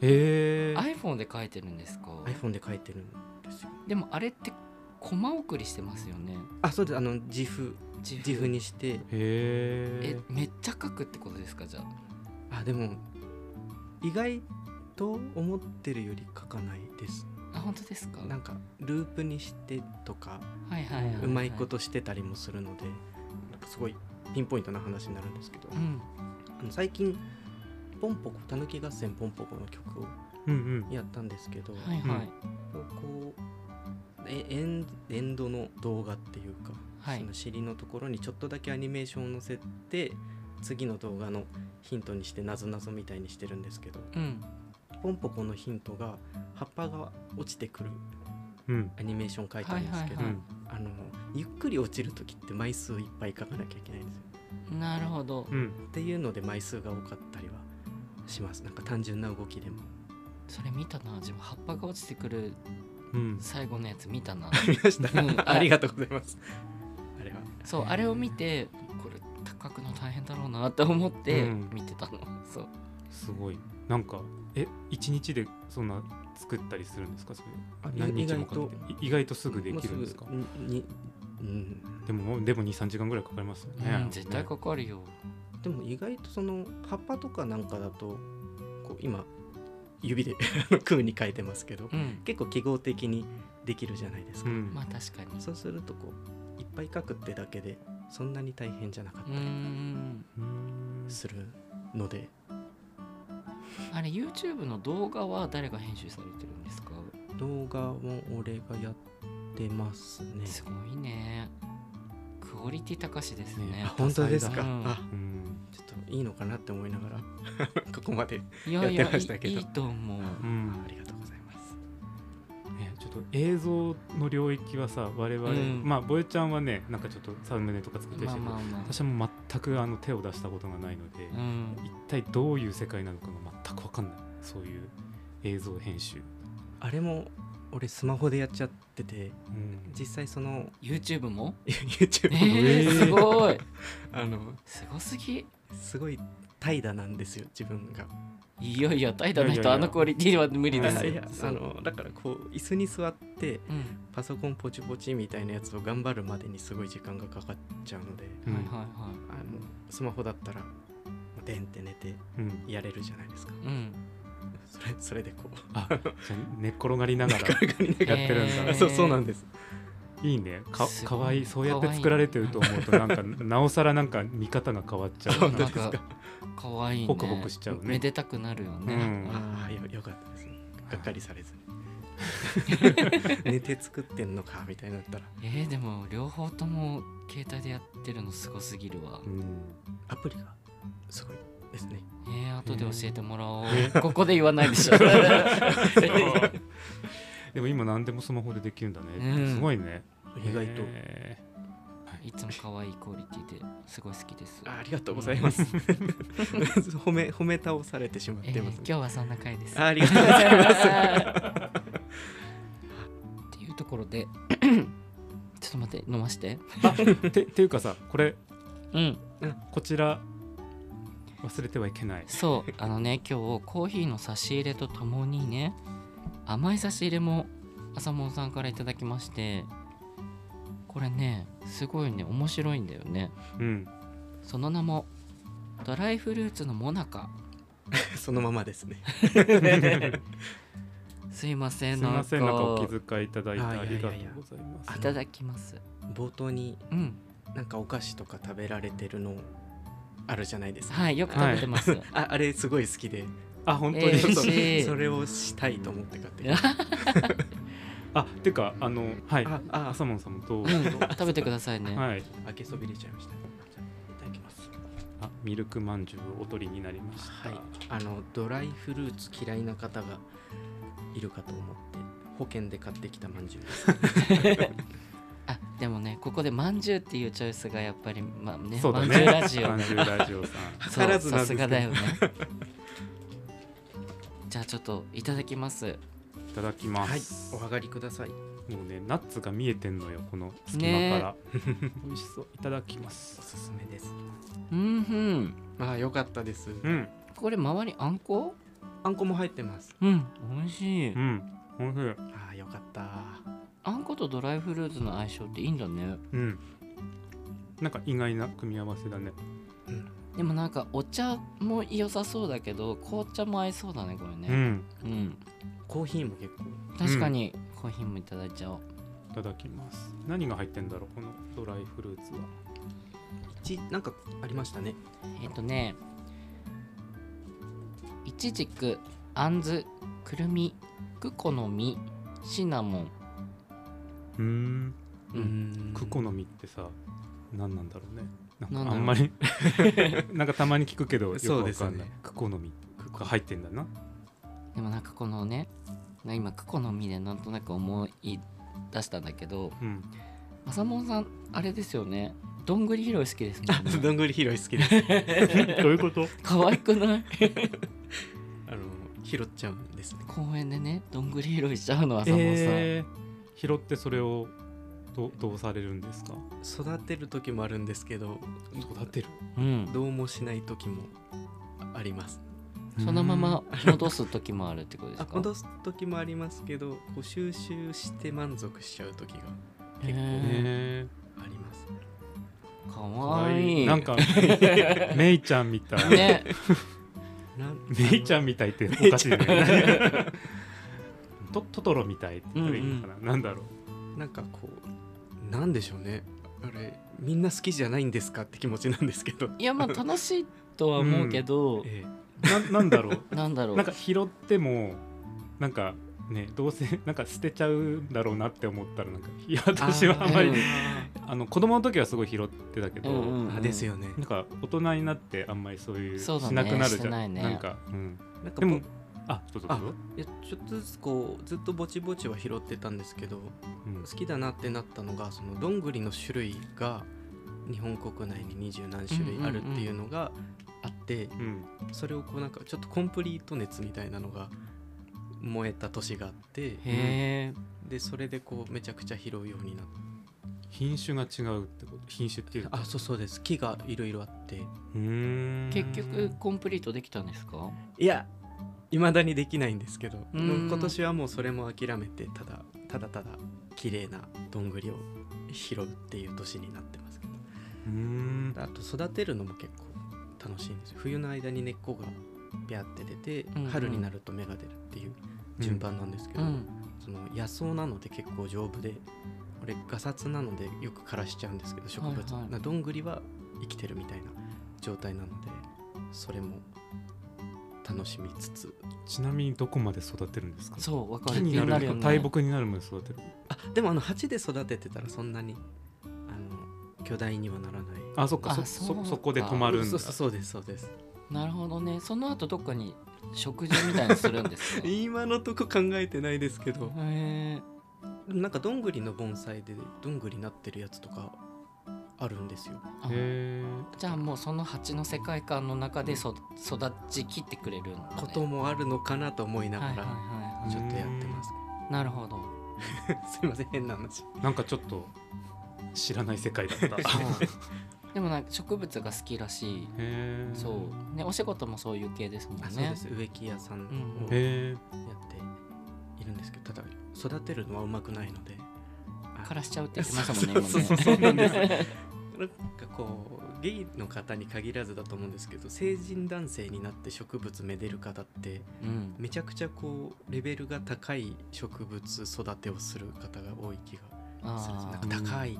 A: えー、
B: iPhone で書いてるんですか
C: iPhone で書いてるんですよ
B: でもあれってコマ送りしてますよね
C: あそうですあの自負
B: 自
C: 自負にして
A: え
B: え
A: ー、
B: めっちゃ書くってことですかじゃあ
C: あでも意外と思ってるより書かないです
B: あ本当ですか
C: なんかループにしてとか
B: はいはいはいはいう
C: まいことしてたりもするのでなんかすごいピンポイントな話になるんですけど、
B: うん
C: あの最近「ポンポコたぬき合戦ポンポコ」の曲を
A: うんうん
C: やったんですけど、
B: はいはい、
C: こうえエンエンドの動画っていうか、
B: はい
C: その尻のところにちょっとだけアニメーションを載せて次の動画のヒントにしてなぞなぞみたいにしてるんですけど
B: うん
C: ポンポコのヒントが葉っぱが落ちてくる
A: うん
C: アニメーション書いたんですけど、
A: う
B: はい
A: ん
C: あのゆっくり落ちる時って枚数いっぱい書かなきゃいけないんですよ。
B: なるほど、
A: うん
C: っていうので枚数が多かったりはしますなんか単純な動き でも
B: それ見たな自分葉っぱが落ちてくる
A: うん
B: 最後のやつ見 たな
C: 見ました
B: うん
C: ありがとうございますあれは
B: そうあれを見てこれ高くの大変だろうなって思って
A: うん
B: 見てたの、そう
A: すごいなんかえ一日でそんな作ったりするんですかそれ
C: あ
A: 何
C: 意
A: 日
C: 外
A: もかけ
C: と
A: てい意外とすぐで
C: もう
A: き
C: す
A: るん
C: ぐ
A: ですか
C: にうん
A: でもでも23時間ぐらいかかりますよ
B: う
A: ね
B: ん、絶対かかるよ、
C: でも意外とその葉っぱとかなんかだとこう今指で あの空に書いてますけど
B: うん
C: 結構記号的にできるじゃないです
A: う
C: か、
A: ん
B: まあ確かに
C: そうするとこういっぱい書くってだけでそんなに大変じゃなかっ
B: うーん
A: うん
C: たするので、
B: あれ YouTube の動画は誰が編集されてるんですか
C: 動画も俺がやってますね
B: すごいねクオリティ高しですね
A: ね
C: あ本当です
B: 多
C: か、
B: 彩だうん
C: あ
A: うん
C: ちょっといいのかなって思いながら ここまで
B: いやいや
C: やってましたけ
B: い
C: ど
B: いいと思う
A: うん
C: ありがとうございます
A: ねちょっと映像の領域はさ我々、
B: うん
A: まあボエちゃんはねなんかちょっとサムネとか作ってる
B: ま
A: し、
B: あまあまあ
A: 私はもう全くあの手を出したことがないので、
B: うん
A: 一体どういう世界なのかが全く分かんないそういう映像編集、
C: あれも俺スマホでやっちゃってて
A: うん
C: 実際その
B: YouTube もえ
C: YouTube の、
B: ー、すごい
C: あの
B: すごすぎ
C: すごい怠惰なんですよ自分が
B: いやいや怠惰ない
A: やいやい
B: 人
A: や
B: あのクオリティは無理です
C: い
B: よ
C: や
B: そう
C: あのだからこう椅子に座って
B: うん
C: パソコンポチポチみたいなやつを頑張るまでにすごい時間がかかっちゃうので
A: うん
B: はいはい
C: あのスマホだったらでんって寝て
A: うん
C: やれるじゃないですか
B: はいうん
C: それそれでこ う
A: あじゃあ寝っ転がりながら
C: 転がりながら
A: やってるんだ
B: えー
C: そうそうなんです
A: いいねか
B: す
A: か
B: ごい
A: わいいそうやっ
B: かわいい
A: て作られてると思うとなんかなおさらなんか見方が変わっちゃう
C: 本当で
B: なん
C: すか
B: か可愛いね
A: ホクホクしちゃうね
B: めでたくなるよね、
A: うん
C: ああよよかったですねがっかりされずに寝て作ってんのかみたいになったら
B: えー、でも両方とも携帯でやってるのすごすぎるわ
A: うん
C: アプリがすごいですね
B: えー、後で教えてもらおう、
A: え
B: ここで言わないでしょ
A: でも今何でもスマホでできるんだね、
B: うん
A: すごいね
C: 意外と
A: え
B: いつも可愛いクオリティですごい好きです
C: あありがとうございます 褒め褒め倒されてしまっ
B: えー
C: てます
B: 今
C: ね
B: 日はそんな回です
C: あありがとうございます
B: っていうところで ちょっと待って飲まして
A: ーて っていうかさこれ
B: うん
A: こちら忘れてはいけない
B: そうあのね今日コーヒーの差し入れとともにね甘い差し入れも朝もんさんからいただきましてこれねすごいね面白いんだよね
A: うん
B: その名もドライフルーツのモナカ
C: そのままですね
B: すいませ
A: す
B: ん
A: いませんなんかお
B: い
A: 気遣いいただいて
C: あい
A: あ
C: やいや
A: り
C: いや
A: がとうございます
B: ただきます
C: 冒頭に
B: うん
C: なんかお菓子とか食べられてるのあるじゃないですか、
B: はいよく食べてます、
C: ああれすごい好きで
A: あ本当
B: え
A: に
B: ー
A: ちょっと
B: 嬉しい
C: それをしたいと思って買ってきま した
A: あてかあのはい
C: ああ
A: 朝門さんと
B: うん、食べてくださいね、
A: はい
C: 開けそびれちゃいましたじゃあいただきます
A: あミルクまんじゅうをおとりになりました、
C: はいあのドライフルーツ嫌いな方がいるかと思って保険で買ってきたまんじゅうです
B: あでもねここでまんじゅうっていうチョイスがやっぱりまあね
A: そうだ
B: まん
A: ね
B: じゅうラジオ
A: まんじゅうラジオさん
B: そう
C: 図らずなん
B: さ
C: ですけ
B: す
C: ど
B: がだよねじゃあちょっといただきます
A: いただきま
C: はい
A: す、
C: お上がりください
A: もうねナッツが見えてんのよこの隙
B: ね
A: 間
B: え
A: から、美味しそういただきます
C: おすすめです
B: うんうん
C: ああよかったです
A: うん
B: これ周りあんこ
C: あんこも入ってます
B: うん美味しい
A: うんおいしい
C: ああよかった
B: あんことドライフルーツの相性っていいんだね
A: うんなんか意外な組み合わせだね
B: でもなんかお茶も良さそうだけど紅茶も合いそうだねこれ
A: う
B: ね
A: ん
B: うん、
C: コーヒーも結構
B: 確かにコーヒーもいただいちゃおう
A: いただきます何が入ってんだろうこのドライフルーツは
C: 一なんかありましたね
B: えっ、とねいちじくあんずくるみクコの実シナモン
A: うーん
B: うん
C: ん
A: クコの実ってさ何なんだろうねな
B: なんんだ
A: かあ
B: ろうん
A: まりなんかたまに聞くけどよく
C: そう
A: わ
C: です
A: か
C: ね
A: んない、クコの実が入ってんだな
B: でもなんかこのねな今クコの実でなんとなく思い出したんだけど
A: うん
B: 浅門さんあれですよねどんぐり拾い好きですも
C: あ
B: ん
C: ど
B: ね
C: んぐり拾い好きです
A: どうい うこと
B: 可愛くない
C: あの拾っちゃうんですね
B: 公園でねどんぐり拾いしちゃうの浅門さん、
A: えー、拾ってそれをどどうされるんですか
C: 育てる時もあるんですけど
A: 育てる
B: うん
C: どうもしない時もあります
B: そのまま戻す時もあるってことです
C: あ
B: か
C: 戻す時もありますけどこう収集して満足しちゃう時が
B: へー
A: へー
C: あります
B: か
A: か
B: わ
A: わ
B: いい
A: なんかメイちゃんみたい、
B: ね
C: な
A: メイちゃんみたいっておかし いね トトトロみたいって言ったらいいのかな、なんだろ
C: なんかこうなんでしょうねあれみんな好きじゃないんですかって気持ちなんですけど、
B: いやまあ楽しいとは思うけ ど、
C: え
A: うななんだろう
B: なんだろう
A: なんか拾ってもなんかねどうせ なんか捨てちゃうんだろうなって思ったらなんかいや
C: え
A: 私はあんまり
B: う
A: あ、
B: ん
A: の子供の時はすごい拾ってたけど、
B: うんうん
C: あですよね
A: なんか大人になってあんまりそういう
B: そうだね
A: しなくなる
B: し
A: じ
B: て
A: ゃん
B: ないね
A: なんか、うん、
C: なんか
A: で
C: ぼ
A: も
C: い
A: あどうぞどうぞ、
C: やちょっとずつこうずっとぼちぼちは拾ってたんですけど
A: うん
C: 好きだなってなったのがそのどんぐりの種類が日本国内に二十何種類あるっていうのがあって、
A: うん
C: それをこうなんかちょっとコンプリート熱みたいなのが燃えた年があって
B: へえ
C: でそれでこうめちゃくちゃ拾うようになって
A: 品種が違うってこと品種っていう
C: あそうそうです木がいろいろあって
A: うーん
B: 結局コンプリートできたんですか
C: いや未だにできないんですけど
B: うん
C: 今年はもうそれも諦めてただただただ綺麗などんぐりを拾うっていう年になってますけど
A: うーん
C: あと育てるのも結構楽しいんですよ冬の間に根っこがビャって出て、
B: うんうん
C: 春になると芽が出るっていう順番なんですけ
B: う
C: ど、
B: ん
C: その野草なので結構丈夫で俺ガサツなのでよく枯らしちゃうんですけど植物、
B: はいはい
C: などんぐりは生きてるみたいな状態なのでそれも楽しみつつ
A: ちなみにどこまで育てるんですか
B: そうわか
A: 木
B: る
A: に
B: 気
A: な
B: に
A: る
B: なるよね
A: 大木になるまで育てる
C: あでもあの鉢で育ててたらそんなにあの巨大にはならない
A: あそっか
B: あ
A: そ
B: そう
A: そ
B: か
A: そこで止まるんだ
C: そうそうそうですそうです
B: なるほどねその後どっかに食事みたいにするんで すかへ
C: 今のとこ考えてないですけど
B: え
C: でもなんかどんぐりの盆栽でどんぐりなってるやつとかあるんですよ
B: あ
A: へ
B: じゃあもうその蜂の世界観の中でそ育ちきってくれるんだね
C: こともあるのかなと思いな
B: はい
C: が
B: はいは
C: ら
B: いは
C: ちょっとやってます
B: いなる ほど
C: すいません変な話
A: ーなんかちょっと知らない世界だった へ
B: そうでもなんか植物が好きらしい
A: え
B: そうねお仕事もそういう系ですもんね
C: あそうです植木屋さん
B: う
C: を
B: ん
C: や
A: へえ
C: っているんですけどただ育てるのはうまくないのであ
B: 枯らしちゃうって言ってましたもんね
C: そうそうそうそう
B: 今
C: なんで
B: ね
C: すなんかこうゲイの方に限らずだと思うんですけど成人男性になって植物めでる方って
B: うん
C: めちゃくちゃこうレベルが高い植物育てをする方が多い気がするんですな
B: あ
C: んか高い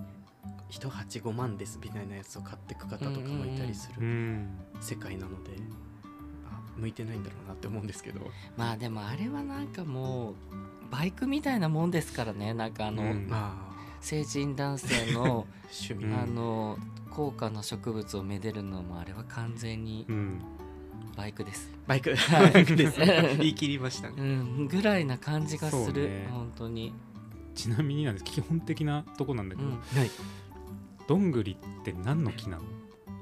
C: 1鉢5万ですみたいなやつを買ってく方とかもいたりす
A: う
C: る
A: ん
C: 世界なのであ向いてないんだろうなって思うんですけど
B: ーまあでもあれはなんかもうバイクみたいなもんですからねなんかあの、
A: うん
C: まあ
B: 成人男性の
C: 趣味
A: うん
B: あの高価な植物をめでるのもあれは完全に
A: うん
B: バイクです、
C: バイク
B: はい
C: バイク ですね言い切りました
B: う
C: ね
B: ん、ぐらいな感じがす
A: そう
B: る、
A: ね
B: 本当に、
A: ちなみになんです基本的なとこなんだ
B: う
A: けど、
B: ん、
C: はい
A: どんぐりって何の木なの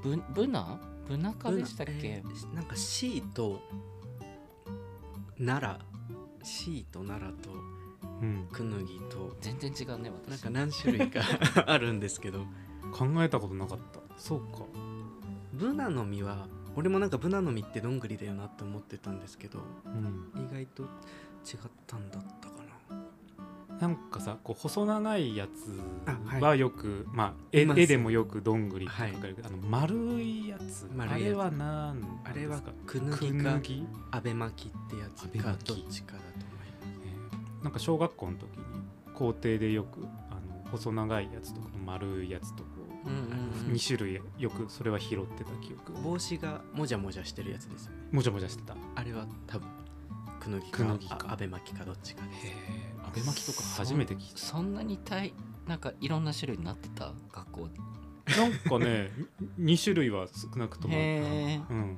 B: ぶブナブナ科でしたっけ、
C: えーなんか C と奈良 C と奈良と
A: うん、
C: くぬぎと
B: 全然違う
C: な
B: ね
C: ん
B: 私
C: か何種 類かあるんですけど
A: 考えたことなかったそうか
C: ブナの実は俺もなんかブナの実ってどんぐりだよなって思ってたんですけど
A: うん
C: 意外と違ったんだったかな
A: なんかさこう細長いや
C: あは
A: つ
C: い
A: はよくまあ絵
C: います
A: 絵でもよくどんぐりって書かれるけど、あの丸いやつ
C: 丸いやつ
A: あれは何なん
C: あれは
A: ですか
C: くぬ
A: く
C: ぎか
A: ぬぎ、
C: アベ巻きってやつ
A: アベ
C: か
A: 巻き
C: どっちかだと思います
A: えーなんか小学校の時に校庭でよくあの細長いやつとこの丸いやつとこう、
C: うんうんうん
A: 2種類よくそれは拾ってた記憶
C: 帽子がもじゃもじゃしてるやつですよね
A: もじゃもじゃしてた
C: あれは多分くぬぎか
A: くぬぎか
C: あアベ巻きかどっちかです
A: 安倍巻きとか初めて聞いた
B: そんなにたいなんかいろんな種類になってた学校で
A: なんかね2 種類は少なくともあった
B: へー
A: うん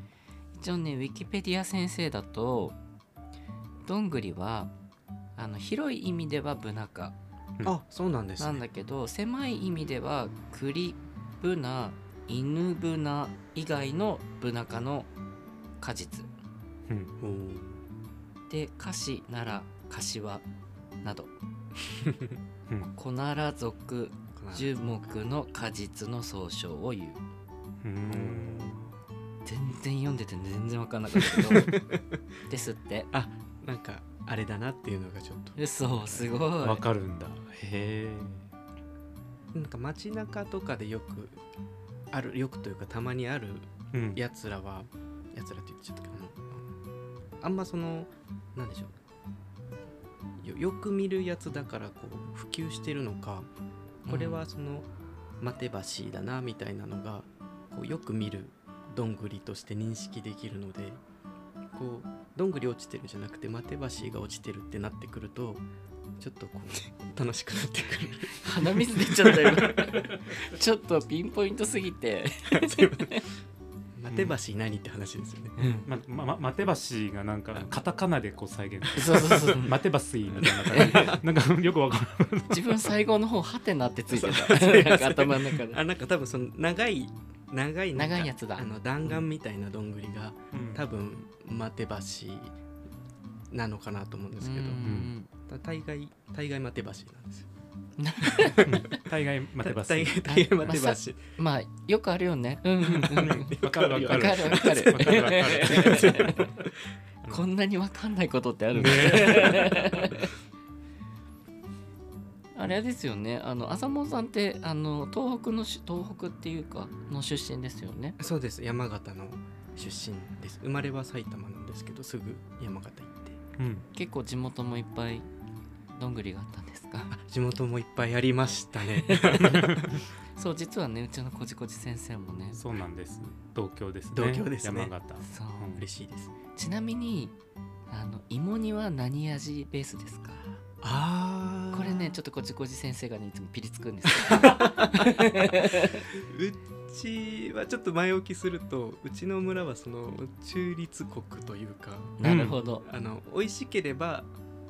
B: 一応ねウィキペディア先生だとどんぐりはあの広い意味ではブナ科
A: うん
C: あそうなんですね
B: なんだけど狭い意味では栗ブナ犬ブナ以外のブナ科の果実
A: うん
C: おー
B: で菓子なら柏など
A: うん
B: コナラ属
C: かな
B: 樹木の果実の総称を言う
A: うん
B: 全然読んでて全然分かんなかったけどですって
C: なんかあれだなっていうのがちょっと
B: 嘘すごい
A: わかるんだへ
C: なんか街中とかでよくあるよくというかたまにある
A: え、うん、
C: やつらはやつらって言っちゃったけどもあんまそのなんでしょうよよく見るやつだからこう普及してるのかこれはそのマテバシだなみたいなのがこうよく見るどんぐりとして認識できるのでこうどんぐり落ちてるじゃなくてマテバシが落ちてるってなってくるとちょっとこ う楽しくなってくる。
B: 鼻水出ちゃったよ ちょっとピンポイントすぎて
C: マテバシ何って話ですよね。
A: まままマテバシがなんかカタカナでこう再現
B: そうそうそう
A: マテバスイみたいな感じでなんかよくわか
B: 自分最後の方ハテナってつ いてた なんか頭の中で
C: あなんか多分その長い長いなんか
B: 長いやつだ
C: あの弾丸みたいなどんぐりが
A: る、
C: 多分マテバシなのかなと思うんですけど
B: うん
C: だ大概大概マテバシなんですよ。
A: 大概マテバス
C: 大
A: イ
C: 概大概マテバシ。
B: まあよくあるよねうんうん うん
A: わかるわか
B: わか
A: る
B: るわかる
A: わかるわかる
B: こんなにわかんないことってあるねあれですよねあの浅門さんってあの東北のし東北っていうかの出身ですよね
C: そうです山形の出身です。生まれは埼玉なんですけどすぐ山形行って。
A: うん
B: 結構地元もいっぱいどんぐりがあったんです か
C: 地元もいっぱいありましたね。
B: そう実はねうちのこじこじ先生もね
A: そうなんです東京ですね
C: 同郷ですね
A: 山形
B: そう
A: うん
C: 嬉しいです。
B: ちなみにあの芋煮は何味ベースですか
C: あ
B: これねちょっとこじこじ先生がねいつもピリつくんです
C: うちはちょっと前置きするとうちの村はその中立国というか
B: けどなるほど、
C: あの美味しければ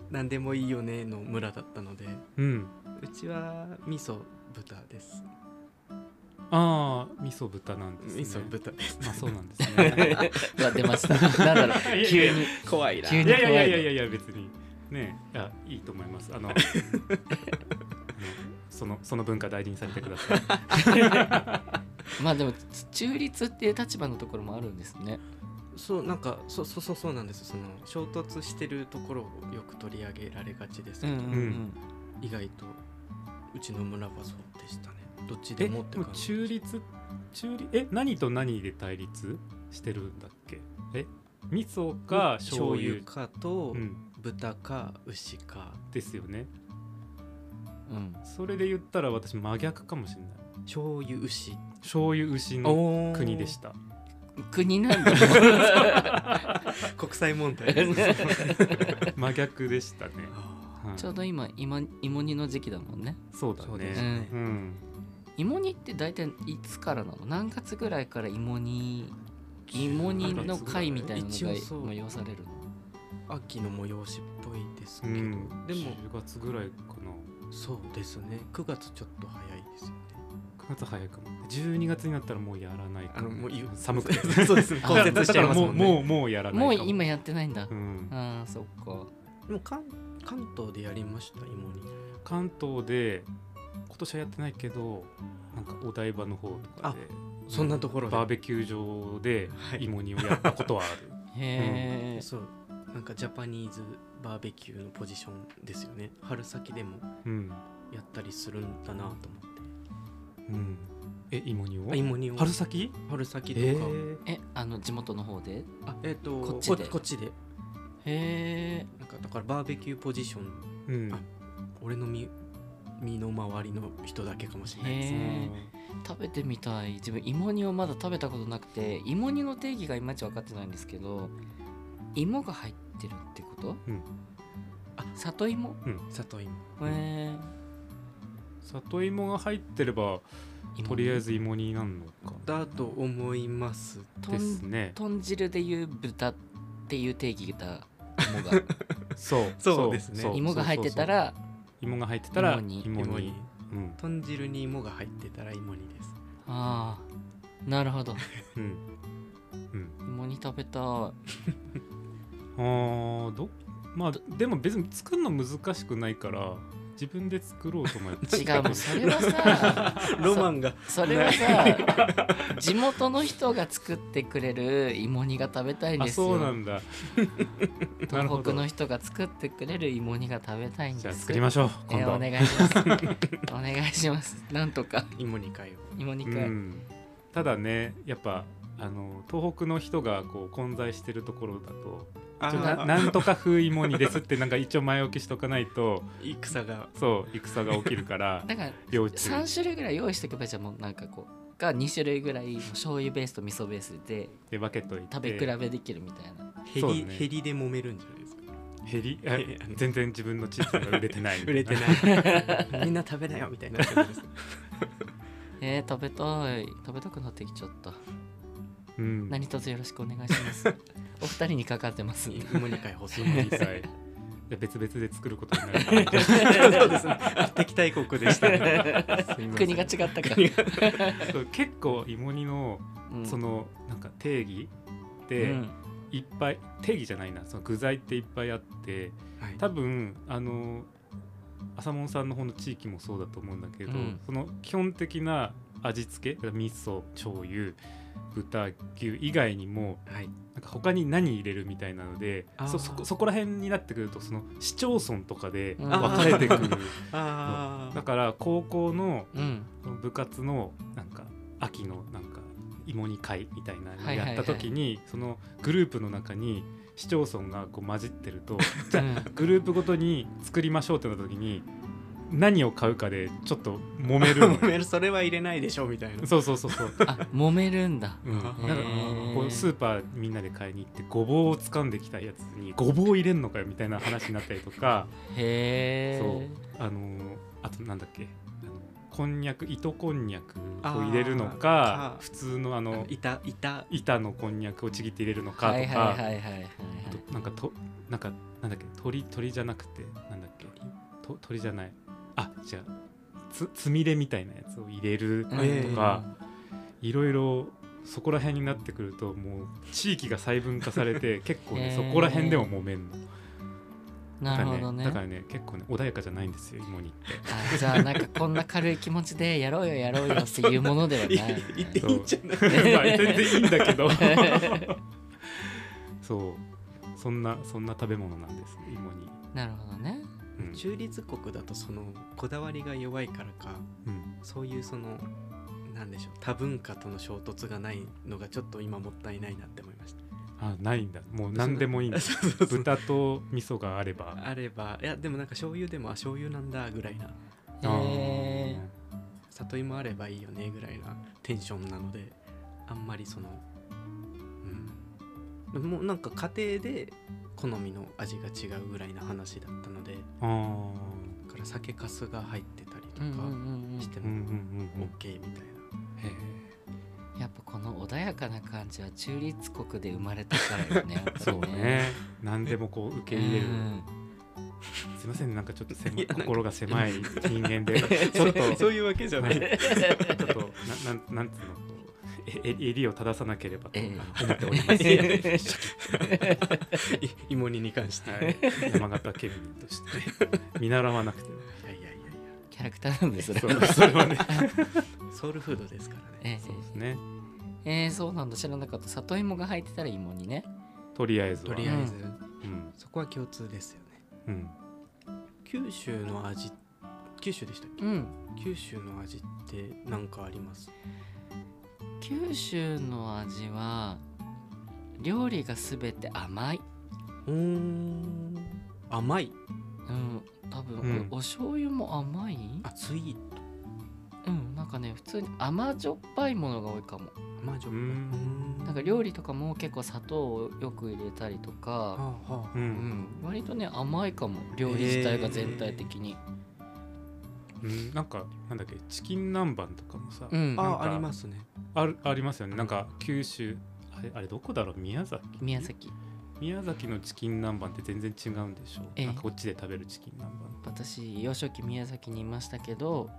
C: 何でもいいよねの村だったので
A: うん
C: うちは味噌豚です
A: ああ味噌豚なんですね
C: 味噌豚です、
A: まあそうなんですね
B: うわ出ましたなんだろう
A: いやいや
B: 急に
C: 怖いな
B: 急
A: い
B: に
A: やいやいやいやいやいや別にねいやいいと思います あのあのそのその文化大事にされてください
B: まあでも中立っていう立場のところもあるんですね
C: そうなんかそうそうそうそうなんですその衝突してるところをよく取り上げられがちですけ
B: うん
C: ど、
B: うんうん
C: 意外とうちの村はそうでしたねどっち
A: え
C: でも
A: も
C: って
A: う
C: 感じ
A: 中立中立え何と何で対立してるんだっけえ味噌か醤
C: 醤
A: 油
C: 油かと
A: うん、
C: 豚か牛か
A: ですよね
B: うん
A: それで言ったら私真逆かもしれない
C: 醤油牛
A: 醤油牛の
C: の
A: 国 でした
B: 国なんだ
C: 国際問題
B: もんね
A: 真逆でしたね、
C: あ
A: はい
B: ちょうど今芋芋煮の時期だもんね
A: そうだ
C: そう
A: ね
C: ですね
A: うん
B: 芋煮って大体いつからなの何月ぐらいから芋煮芋煮の会みたいなの
C: 一応そう
B: が催される
C: ー
B: の
C: 秋の催しっぽいです
A: う
C: けど、
A: ん、
C: でも
A: 10月ぐらいかな
C: そうですね9月ちょっと早いですよね
A: 9月早くも12月になったらもうやらないか
C: あのもうい
A: 寒くて
C: そうですね。
A: だ
C: 骨
A: から
C: 折
A: だ
C: し
A: か
C: ちゃい
A: ら
C: ます
A: も
C: も
A: う
C: んね。
A: もうもうやらないか
B: も
A: も
B: う今やってないんだ
A: う、ん、
B: あーそっか
C: でも関関東でやりました芋に。
A: 関東で今年はやってないけどなんかお台場の方とかで
C: そんなところで
A: バーベキュー場で
C: はい
A: 芋煮をやったことはあ る、
B: へえ、
C: そうなんかジャパニーズバーベキューのポジションですよね。春先でも
A: うん
C: やったりするんだなと思って。
A: うん、え芋煮を
C: あ芋煮を
A: 春先
C: 春先とか。
A: え
B: えあの地元の方で
C: あえっ、と
B: こっちで
C: こっちで
B: へえ
C: なんかだからバーベキューポジション
A: うん
C: あ俺の身身の回りの人だけかもしれないです
A: そ
C: ね。
A: の
B: 食べてみたい自分芋煮をまだ食べたことなくて芋煮の定義がいまいち分かってないんですけど芋が入ってるってこと、
A: うん
B: あ里芋
C: 里芋。
B: へえ
A: 里芋が入ってれば
B: 芋煮
A: とりあえず芋煮なんのか
C: だと思います。
B: とん
A: ですね
B: 豚汁でいう豚っていう定義だ芋 が
A: そう
C: そうですね
A: そう
B: 芋が入ってたら
A: 芋が入ってたら
B: 芋
A: 芋
B: 煮
A: 煮
C: 芋煮。
A: うん
C: 豚汁に芋が入ってたら芋煮です。
B: ああなるほど
A: うんうん
B: 芋煮食べた
A: あーどまあでも別に作るの難しくないから自分で作ろうと思えば
B: い違うもうそれは さ
C: ロマンが
B: それはさ地元の人が作ってくれる芋煮が食べたいん
A: あ
B: ですよ
A: そうなんだ なるほ
B: 東北
A: ど
B: の人が作ってくれる芋煮が食べたいんです
A: じゃあ作りましょう
B: えー
A: 今度、
B: お願いします お願いしますなんとか
C: 芋煮会を。
B: 芋煮
A: う
B: 会、
A: ん、ただねやっぱあの東北の人がこう混在してるところだと
C: あ
A: ちょな
C: ー
A: なんとか風芋にですってなんか一応前置きしとかないと
C: 戦が
A: そう戦が起きるから
B: だから
A: 要注
B: 3
A: 意
B: 種類ぐらい用意しておけばいいじゃんもうなんかこうが2種類ぐらい醤油ベースと味噌ベースで
A: で分けといて
B: 食べ比べできるみたいな、
C: ヘ
A: そう
C: リ、
A: ね
C: ヘリで揉めるんじゃないですか
A: 減りあ全然自分の地図が売れてない
C: 売れてない みんな食べなよみたいな感じです
B: えー、食べたい食べたくなってきちゃった
A: うん
B: 何卒よろしくお願いします お二人にかかってますんで
C: 芋煮会欲しいもんです
A: はいじゃあ別々で作ることになるから
C: そうですねあ敵対国でしたねすいません
B: 国が違ったから、
A: そう結構芋煮の
B: うん
A: そのなんか定義って
B: うん
A: いっぱい、定義じゃないなその具材っていっぱいあって
C: はい
A: 多分あの朝門さんの方の地域もそうだと思うんだけど、
B: うん
A: その基本的な味付け味噌醤油豚牛以外にも
C: はい
A: なんか他に何入れるみたいなので
C: あー
A: そそこそこら辺になってくるとその市町村とかで
B: うん
A: 分かれてくる
C: あ
A: だから高校の
B: うん
A: 部活のなんか秋のなんか芋煮会みたいな
B: は
A: のを
B: いはいはい
A: やった時に、そのグループの中に市町村がこう混じってるとじゃあ
B: うん
A: グループごとに作りましょうってなった時に何を買うかでちょっと揉めるの
C: 揉
A: よ
C: めるそれは入れないでしょみたいな
A: そうそうそうそう、
B: あ揉めるんだ
A: うん、なんか
B: へー
A: こうスーパーみんなで買いに行ってごぼうを掴んできたやつにごぼう入れんのかよみたいな話になったりとか
B: へ
A: そう
B: え
A: あのーあとなんだっけあのこんにゃく糸こんにゃくを入れるのか
C: あー
A: 普通のあの
C: いたいた
A: 板のこんにゃくをちぎって入れるのかとか、
B: はいはいはいはいはいはい
A: あとなんかとなんかなんだっけ鳥鳥じゃなくてなんだっけと鳥じゃないあじゃあつつみれみたいなやつを入れる
B: うん
C: えー
A: とか、いろいろそこら辺になってくるともう地域が細分化さ れて結構ね
B: へ
A: そ
B: ー
A: こら辺でも揉めんのだ
B: なる
A: から
B: ほ
A: ね
B: どね
A: だからね結構ね穏やかじゃないんですよ芋に
B: あじゃあなんかこんな軽い気持ちでやろうよやろうよっていうものでは ない
C: い言っていいんじゃない
A: まあ全然いいんだ けどそうそんなそんな食べ物なんです芋に、
B: なるほどね
A: うん
C: 中立国だとそのこだわりが弱いからか
A: うん
C: そういうそのなんでしょう多文化との衝突がないのがちょっと今もったいないなって思いました
A: あないんだもう何でもい いんだ
C: そうそうそう
A: 豚と味噌があれば
C: あればいやでもなんか醤油でもあ醤油なんだぐらいな
B: へえ
C: 里芋あればいいよねぐらいなテンションなのであんまりそのうんでももうなんか家庭で好みの味が違うぐらいな話だったので
A: あーあ
C: だから酒かすが入ってたりと
B: うんうん
C: か
B: うん
C: して
A: ーうん
C: も
A: うんうんうん
C: OK みたいな、
A: へ
B: うんやっぱこの穏やかな感じは中立国で生まれたからよねやっぱり
A: えそうね何でもこう受け入れる
B: うん
A: すいませんねなんかちょっと狭
C: い
A: い
C: やなんか
A: 心が狭い人間でちょっ と
C: そういうわけじゃない、
A: はいちょっとななんなんつうのこうええ襟を正さなければと
B: え
A: 思っておりま
C: いやいやい
A: す。
C: い芋煮に関して、、
A: はいい、山形県民としてね見習わなくては
C: やいやいやいや
B: キャラクターなんですね。
A: そうそれはね
C: ソウルフードですからね
B: え
A: そうですね
B: ええーそうなんだ知らなかった里芋が入ってたら芋にね
A: とりあえず
C: と
A: は
C: りあえず、
A: うん
C: そこは共通ですよね
A: うん
C: 九州の味九州でしたっけ
B: うん
C: 九州の味って何かあります
B: 九州の味は料理が全て甘い、
C: うーん甘い
B: うん、多分、
A: うん
B: おお醤油も甘い
C: あスイート
B: うんなんかね普通に甘じょっぱいものが多いかも
C: 甘じょっぱい
A: うん
C: うーん
B: なんか料理とかも結構砂糖をよく入れたりと
C: は
B: か、
C: あはあ
A: う
B: うんん、割とね甘いかも料理自体が全体的に、
A: うんなんかなんだっけチキン南蛮とかもさ、
B: うん
A: なん
C: あ
A: か
C: ありますね
A: あるありますよねなんか九州あれあれどこだろう宮崎
B: 宮崎
A: 宮崎のチキン南蛮って全然違うんでしょ
B: ええ
A: なんかこっちで食べるチキン南蛮
B: 私幼少期宮崎にいましたけど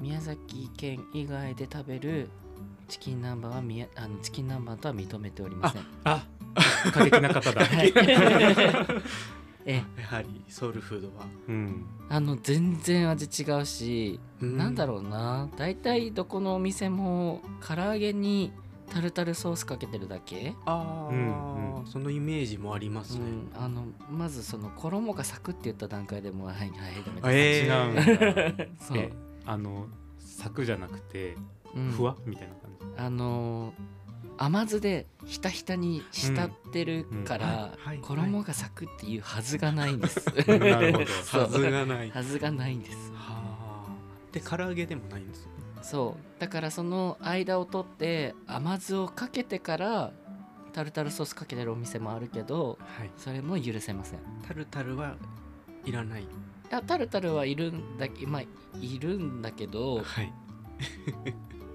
B: 宮崎県以外で食べるチキン南蛮はみやあのチキン南蛮とは認めておりません。
A: あ過激な方 だ、
B: はいえ
C: やはりソウルフードは
A: うん
B: あの全然味違うし、なんだ
C: ろ
B: ろうな大体どこのお店も唐揚げにタルタルソースかけてるだけ、
C: うああ、
A: うんう
C: そのイメージもあります
B: う
C: ね、
B: ん、あのまずその衣がサクって言った段階でもうはいはいダメです、
C: え
A: 違うんだ、
B: そう、
A: えあの柵じゃなくて
B: うん
A: ふわ、みたいな感じ
B: あのー甘酢でひたひたに浸ってるから、
C: うんうんはいはい
B: 衣がサクっていうはずがない んです。
A: なるほど
B: そう
C: はずがないは
B: はずがないんです。
C: あで唐揚げでもないんですよ
B: そうだからその間を取って甘酢をかけてからタルタルソースかけてるお店もあるけど
C: はい
B: それも許せません。
C: タルタルはいらない
B: あタルタルはいるんだけまあいるんだけど
C: はい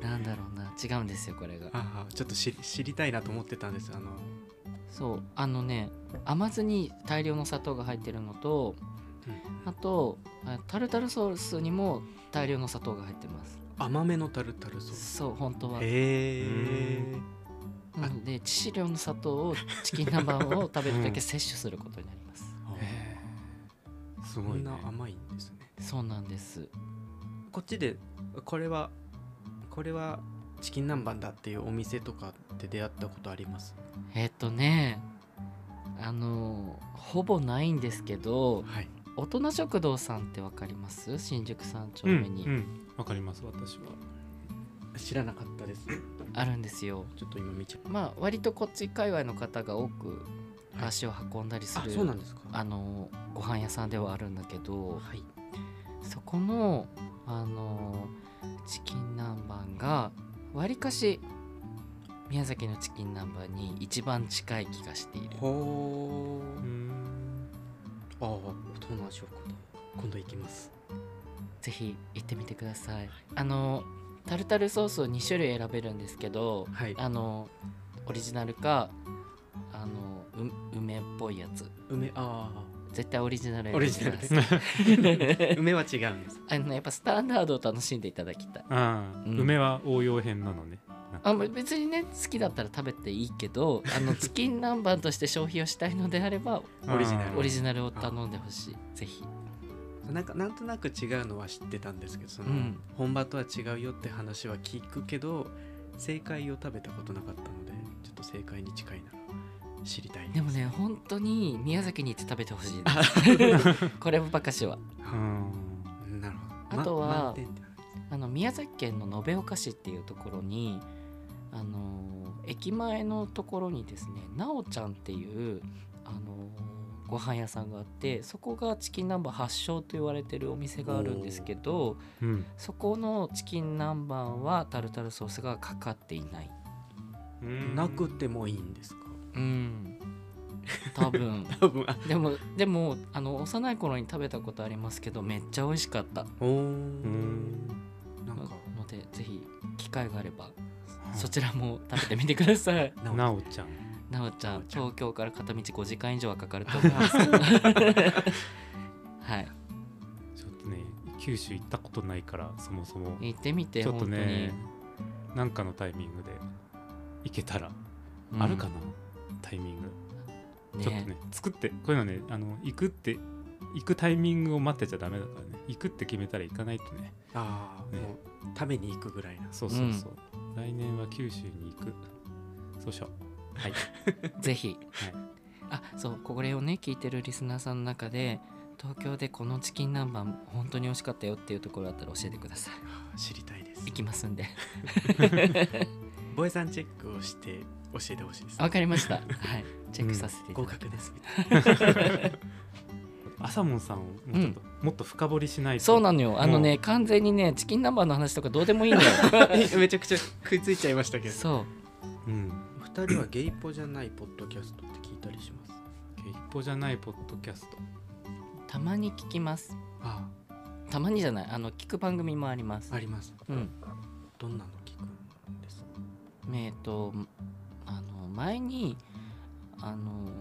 B: なんだろうな違うんですよこれが。
C: ああちょっと知り知りたいなと思ってたんですあの
B: そうあのね甘酢に大量の砂糖が入ってるのとあとあタルタルソースにも大量の砂糖が入ってます
C: 甘めのタルタルソース
B: そう本当は
C: へ
A: う
C: え
B: なので致死量の砂糖をチキン南蛮を食べるだけ摂取することになります、
A: えーす
C: こ
A: ごい
C: ん
A: ね
C: な甘いんですね
B: そうなんです
C: こっちでこれはこれはチキン南蛮だっていうお店とかって出会ったことあります
B: えっとねあのほぼないんですけど
C: はい
B: 大人食堂さんってわかります新宿三丁
A: うん
B: 目に
A: うんわかります私は
C: 知らなかったです
B: あるんですよ、
C: ちょっと今見ちゃ
B: まあ割とこっち界隈の方が多く
C: はい
B: 足を運んだりす
C: あ
B: る、
C: そうなんですか
B: あのご飯屋さんではあるんだけど
C: はい
B: そこのあのチキン南蛮がわりかし宮崎のチキン南蛮に一番近い気がしている
C: ほ
A: う
C: ー
A: ん
C: ああ大人食堂今度行きます
B: ぜひ行ってみてくださいあのタルタルソースを2種類選べるんですけど
C: はい
B: あのオリジナルかあのう梅っぽいやつ
C: 梅あ
B: 絶対オリジナル
C: あオ
B: 選び
C: リ
B: ま
C: ジ
B: す
C: ナルです梅は違うんです
B: あのやっぱスタンダードを楽しんでいただきたい
A: あー
B: うん
A: 梅は応用編なのね
B: あまあ別にね好きだったら食べていいけどあのチキン南蛮として消費をしたいのであれば
C: オリジナル
A: あー
B: オリジナルを頼んでほしいぜひ
C: なんかなんとなく違うのは知ってたんですけどその、
B: うん
C: 本場とは違うよって話は聞くけど正解を食べたことなかったのでちょっと正解に近いなら知りたい
B: でもね本当に宮崎に行って食べてほしいです こればかしは
A: うん
C: なるほど
B: あとは
C: 満点ってなる
B: あの宮崎県の延岡市っていうところにあの駅前のところにですねなおちゃんっていうあのご飯屋さんがあってそこがチキン南蛮発祥と言われてるお店があるんですけど
A: うん
B: そこのチキン南蛮はタルタルソースがかかっていない
A: うん
C: なくてもいいんですか
B: うん多 分
C: 多分あ
B: でもでもあの幼い頃に食べたことありますけどめっちゃ美味しかった
C: おー
A: うん
C: なんか
B: のでぜひ機会があればそちらも食べてみてください
C: な
A: なおちゃん
B: なおちゃ
C: なお
B: ん
C: ちゃん
B: 東京から片道5時間以上はかかると思いますけどはい
A: ちょっとね九州行ったことないからそもそも
B: 行ってみて
A: ちょっ
B: 本当
A: と
B: に、
A: ねなんかのタイミングで行けたら、
B: うん
A: あるかなタイミング、
B: ね
A: ちょっとね作ってこういうのねあの行くって行くタイミングを待ってちゃダメだからね行くって決めたら行かないとね
C: ああ、
A: ね
C: もう食べに行くぐらいな
A: そうそうそう、来年は九州に行くそうしようはい
B: ぜひ、
A: はい
B: あそうこれをね聞いてるリスナーさんの中で東京でこのチキン南蛮本当に美味しかったよっていうところあったら教えてください
C: 知りたいです
B: 行きますんで
C: ボエさんチェックをして教えてほしいです
B: わかりましたはいチェックさせていた
C: 合
B: だき
C: 格
B: ます、
C: ですみたい
A: 朝もんさんをもうちょっと、もっと深掘りしないと
B: そうなのよあの
A: も
B: ね完全にねチキン南蛮の話とかどうでもいい んだよ
C: なめちゃくちゃ食いついちゃいましたけど
B: そう
A: う、うん、
C: 二人はゲイポじゃないポッドキャストって聞いたりします
A: 一歩じゃないポッドキャスト
B: たまに聞きます
C: あ
B: たまにじゃないあの聞く番組もあります
C: ああります
B: うん
C: どんなの聞くんですか
B: えっとあの前にあの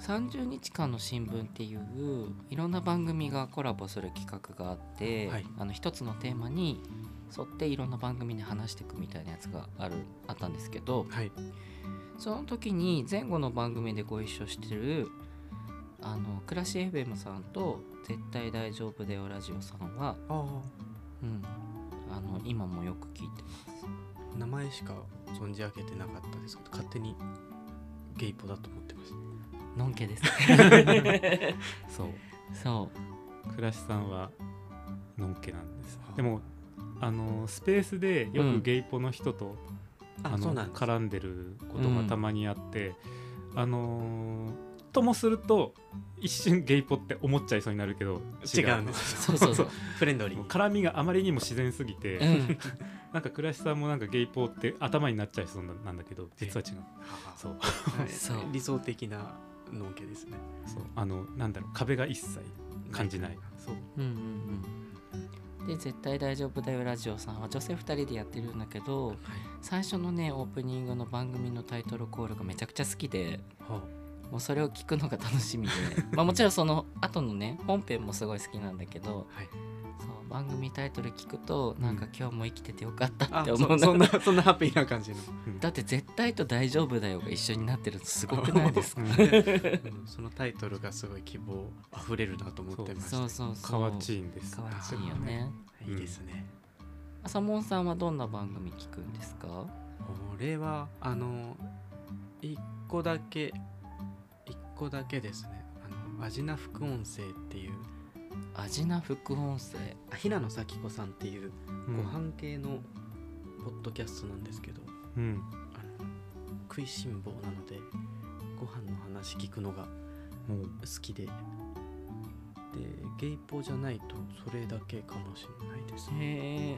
B: 30日間の新聞っていういろんな番組がコラボする企画があって、
C: はい
B: あの一つのテーマに沿っていろんな番組で話していくみたいなやつがあるあったんですけど
C: はい
B: その時に前後の番組でご一緒してるあの暮らし FM さんと「絶対大丈夫だよラジオ」さんは、
C: あ
B: うん、あの今もよく聞いて
C: あ名前しか存じ上げてなかったですけど勝手にゲイポだと思ってました
B: のんけ です
A: そう
B: そう
A: 倉石さんはのんけなんです
C: はあ
A: でもあのスペースでよ
B: うん
A: くゲイポの人と、あの
C: ら
A: 絡んでることがたまにあって、あのーともすると一瞬ゲイポって思っちゃいそうになるけど
C: 違うんです
B: そうそうそう
C: フレンドリ
A: もう
C: ー
A: 絡みがあまりにも自然すぎて、
B: うん
A: なんか倉石さんもなんかゲイポって頭になっちゃいそうなんだけど実は違うそう
C: はい
B: そう
C: 理想的なのんけですね
A: そうあのなんだろう壁が一切感じない
C: そう
B: うんうんうんで「絶対大丈夫だよラジオ」さんは女性2人でやってるんだけど最初のねオープニングの番組のタイトルコールがめちゃくちゃ好きで
C: は
B: もうそれを聞くのが楽し みでまあもちろんその後のね本編もすごい好きなんだけど
C: あはい
B: そう番組タイトル聞くとなんか今日も生きててよかった
C: あ
B: って思う
C: そそんなそんなハッピーな感じの
B: だって「絶対」と「大丈夫だよ」が一緒になってるとすごくないで す か
C: うんそのタイトルがすごい希望あふれるなと思ってました
B: そうそうそう
A: カワチーンです
B: かわちいよね
A: う
C: い
A: ん
C: いですね、
B: 朝もんさんはどんな番組聞くんですか
C: 俺はあの一個だけ一個だけですねあのアジナ副音声っていう
B: アジナ副音声
C: あ平野咲子さんっていう
A: う
C: ご
A: ん
C: 飯系のポッドキャストなんですけど、
A: うん
C: あの食いしん坊なのでご飯の話聞くのが
A: もう
C: 好きででゲイポじゃないとそれだけかもしれないですね
B: へえ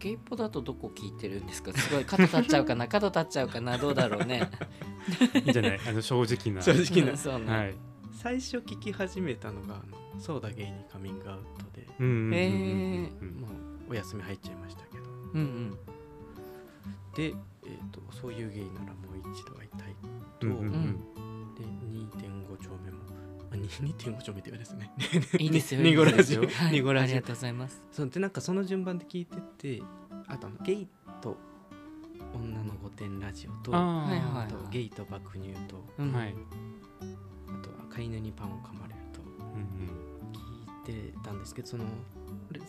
B: ゲイポだとどこ聞いてるんですかすごい角立っちゃうかな角立っちゃうかなどうだろうね
A: いいんじゃないあの正直な
C: 正直な
B: うんそうね、
A: はい
C: 最初聞き始めたのがあの「そうだゲイにカミングアウトで」
A: うんうんうんうんうん
B: へ
C: もうお休み入っちゃいましたけど
B: うんうん
C: で、えー、とそういうゲイならもう一度会いたいと、
A: うんうんうん
C: で2.5丁目もあに2.5丁目って言うんですね
B: いいですよ
C: に
B: いい
C: 濁
B: ですよ
C: らずよ
B: はい、
C: 濁らず
B: ありがとうございます
C: そうでなんかその順番で聞いててあとあのゲイと女の御殿ラジオとあ
A: あー
B: はいはい
C: とゲイと爆乳と
B: うん
A: はい、
C: あとは飼い犬にパンを噛まれると
A: うん
C: 聞いてたんですけどその俺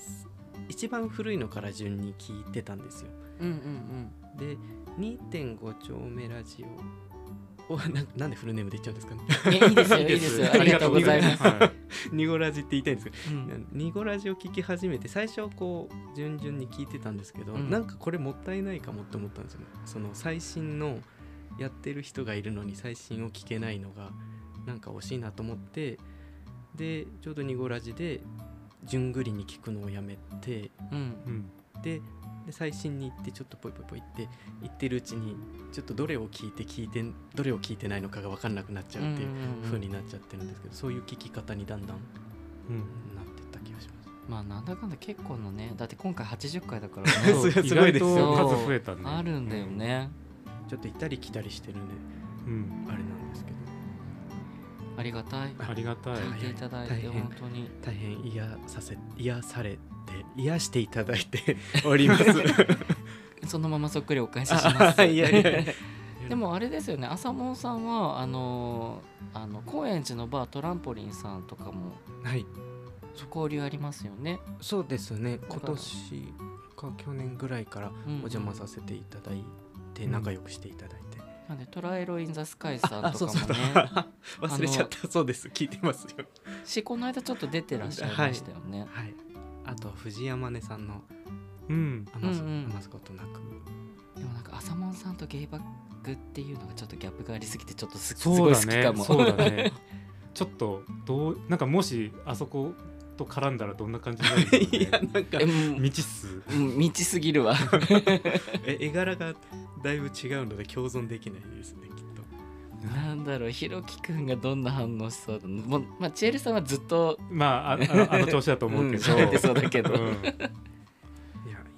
C: 一番古いのから順に聞いてたんですよ
B: うんうん
C: で2.5丁目ラジオを ななんでフルネームで言っちゃうんですかね
B: うんえいいですよいいですよありがとうございます、
A: す。はい
C: ニゴラジって言いたいんですけど
B: うん
C: ニゴラジを聞き始めて最初はこう順々に聞いてたんですけど、
B: うん
C: なんかこれもったいないかもって思ったんですよねその最新のやってる人がいるのに最新を聞けないのがなんか惜しいなと思ってでちょうどニゴラジで順繰りに聞くのをやめて
B: うん
A: うん
C: でで最新に行ってちょっとポイポイポイって行ってるうちにちょっとどれを聞いて聞いてどれを聞いてないのかが分かんなくなっちゃうっていう風になっちゃってるんですけど、そういう聞き方にだんだん
A: うん
C: なってった気がします。
B: まあなんだかんだ結構のねだって今回80回だからね
C: そう
A: そう
C: すごいです
A: 意
C: よ
A: 外と数増えたね。
B: あるんだよね、
C: ちょっと行ったり来たりしてるんで
A: うん。
C: あれなんですけど
B: ありがたい
A: ありがたい
B: 聞いていただいて
C: 大変
B: 本当に
C: 大変癒させ癒されて癒していただいて おります
B: そのままそっくりお返ししま す
C: いやいやいや
B: でもあれですよね浅門さんはあのーあの高円寺のバートランポリンさんとかも
C: はい
B: 交流ありますよね、
C: そうですね
B: ら
C: 今年か去年ぐらいから
B: うん
C: お邪魔させていただいて
A: うん
C: 仲良くしていただいて、
B: なんでトライロイン・ザ・スカイさん
C: あ
B: と
C: そうそう だ
B: かもね
C: 忘れちゃったそうです聞いてますよ
B: しこの間ちょっと出てらっしゃいましたよね、
C: はいあと藤山根さんの
A: うん
C: 余す,、
B: うんうん
C: 余すことなく
B: でもなんか浅門さんとゲイバッグっていうのがちょっとギャップがありすぎてちょっとすす
A: そ
B: ご
A: う
B: い
A: だ
B: 好き
A: ね
B: かも
A: そうだねちょっとどうなんかもしあそこと絡んだらどんな感じになるんだ
C: いやな
A: ろうね
C: んか
B: えもう
A: 未知数
B: うん道すぎるわ
C: え絵柄がだいぶ違うので共存できないですねきっと
B: なんだろうひろきくんがどんな反応しそうだもう、まあ、チエルさんはずっと
A: まあああのあの調子だと思うけど、
B: 喋ってそうだけ
C: い
B: ど、
C: や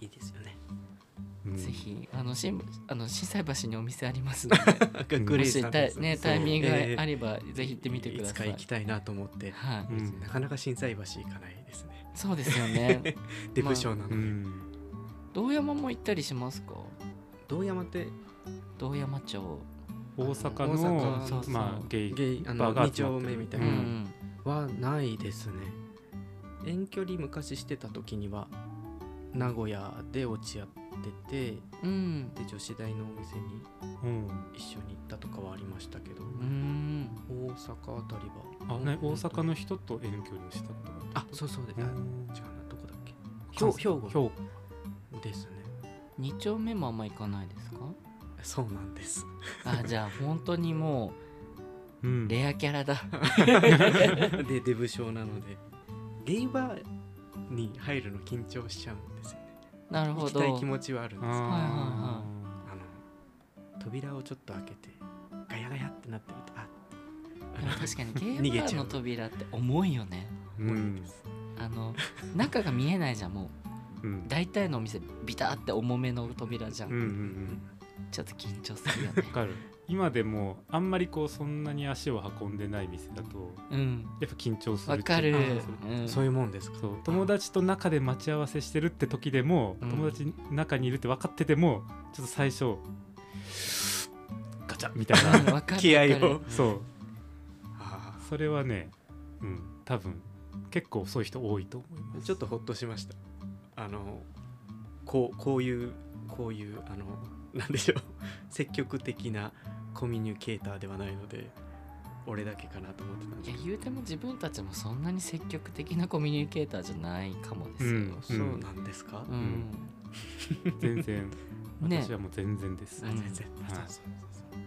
C: いいですよね
A: うん
B: ぜひあの新あの心斎橋にお店ありますので
C: グ
B: も
C: レイ
B: し
C: さん
B: タ
C: で
B: イ
C: す
B: ねタイミング
C: ええ
B: があれば、ぜひ行ってみてください
C: いつか行きたいなと思って、
B: はい、
A: うん
C: なかなか心斎橋行かないですね
B: そうですよね
C: デブ賞なの
A: う
C: で、
A: ん
B: 道山も行ったりしますか
C: 堂山って
B: 道山町
A: 大阪の
C: 大阪
B: そうそう
A: まあ、ゲイ
C: ゲイあ
A: バ
C: の
A: ーが
C: 2
A: 集まって
C: 丁
A: る
C: 目みた
B: う
C: い
B: ん、
C: な、はないですね遠距離昔してた時には名古屋で落ち合ってて
B: うんうん
C: で女子大のお店に
A: うん
C: 一緒に行ったとかはありましたけど
B: うん
C: 大阪あたりは
A: あね、大阪の人と遠距離をしたことがあ
C: あそうそうです、あ違うなどこだっけ
A: る
C: 兵庫
A: 兵庫
C: ですね
B: 二丁目もあんま行かないですか
C: そうなんです
B: あじゃあ本当にも
A: う
B: うんレアキャラだ
C: でデブ症なのでゲイバーに入るの緊張しちゃうんですよね
B: なる
C: 行
B: ほ
C: き
B: ど
C: たい気持ちはあるんですけど
A: あ
C: あの扉をちょっと開けてガヤガヤってなってみてあ
B: でも確かにゲ
C: 逃
B: ー
C: げ
B: バー
C: ちゃ
B: の
C: う
B: 扉って重いよね
A: ーう
C: もういい
A: ん
C: です、
B: あの中が見えないじゃんも
A: うん
B: う大体のお店ビタって重めの扉じゃん、
A: うんうんうん
B: ちょっと緊張するよね
A: わかる今でもあんまりこうそんなに足を運んでない店だと
B: うん
A: やっぱ緊張す
B: わ
A: る
B: かる
A: って
C: あ
A: いう
C: ー、
B: うん、
C: そういうもんですか
A: そう友達と中で待ち合わせしてるって時でも、
B: うん
A: 友達中にいるって分かっててもちょっと最初ガチャみたいな
B: うんわかる
C: 気合を
B: わかる
A: そう
C: あ
A: それはねうん多分結構そういう人多いと思いま
C: ー
A: す
C: ちょっとほっとしましたあのこうこういうこういうあのなんでしょう積極的なコミュニケーターではないので俺だけかなと思ってたん
B: い
C: で
B: や
C: すけ
B: 言うても自分たちもそんなに積極的なコミュニケーターじゃないかもですよ、
A: う
B: うんん
C: どそうなんですか、
A: 全然
B: ね
A: 私はもう全然です、
C: あ
B: うん
C: 全然、
A: はい
C: そうそうそう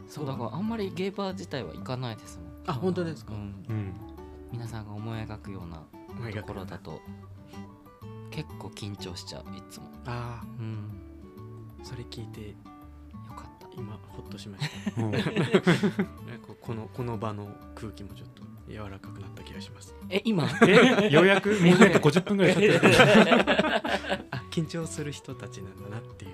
B: そうだからあんまりゲーバー自体は行かないですもん
C: あ本当ですか
B: うん
A: うん
B: 皆さんが思い描くような
C: そう前
B: と
C: が
B: ころだと結構緊張しちゃういつも、
C: あ
B: うん、
C: あそれ聞いて
B: よかった
C: 今ほっとしました
A: もう
C: なんかこのこの場の空気もちょっと柔らかくなった気がします
B: え今
A: え ようやくもうなんか50分ぐらい経ってる
C: あ緊張する人たちなんだなっていう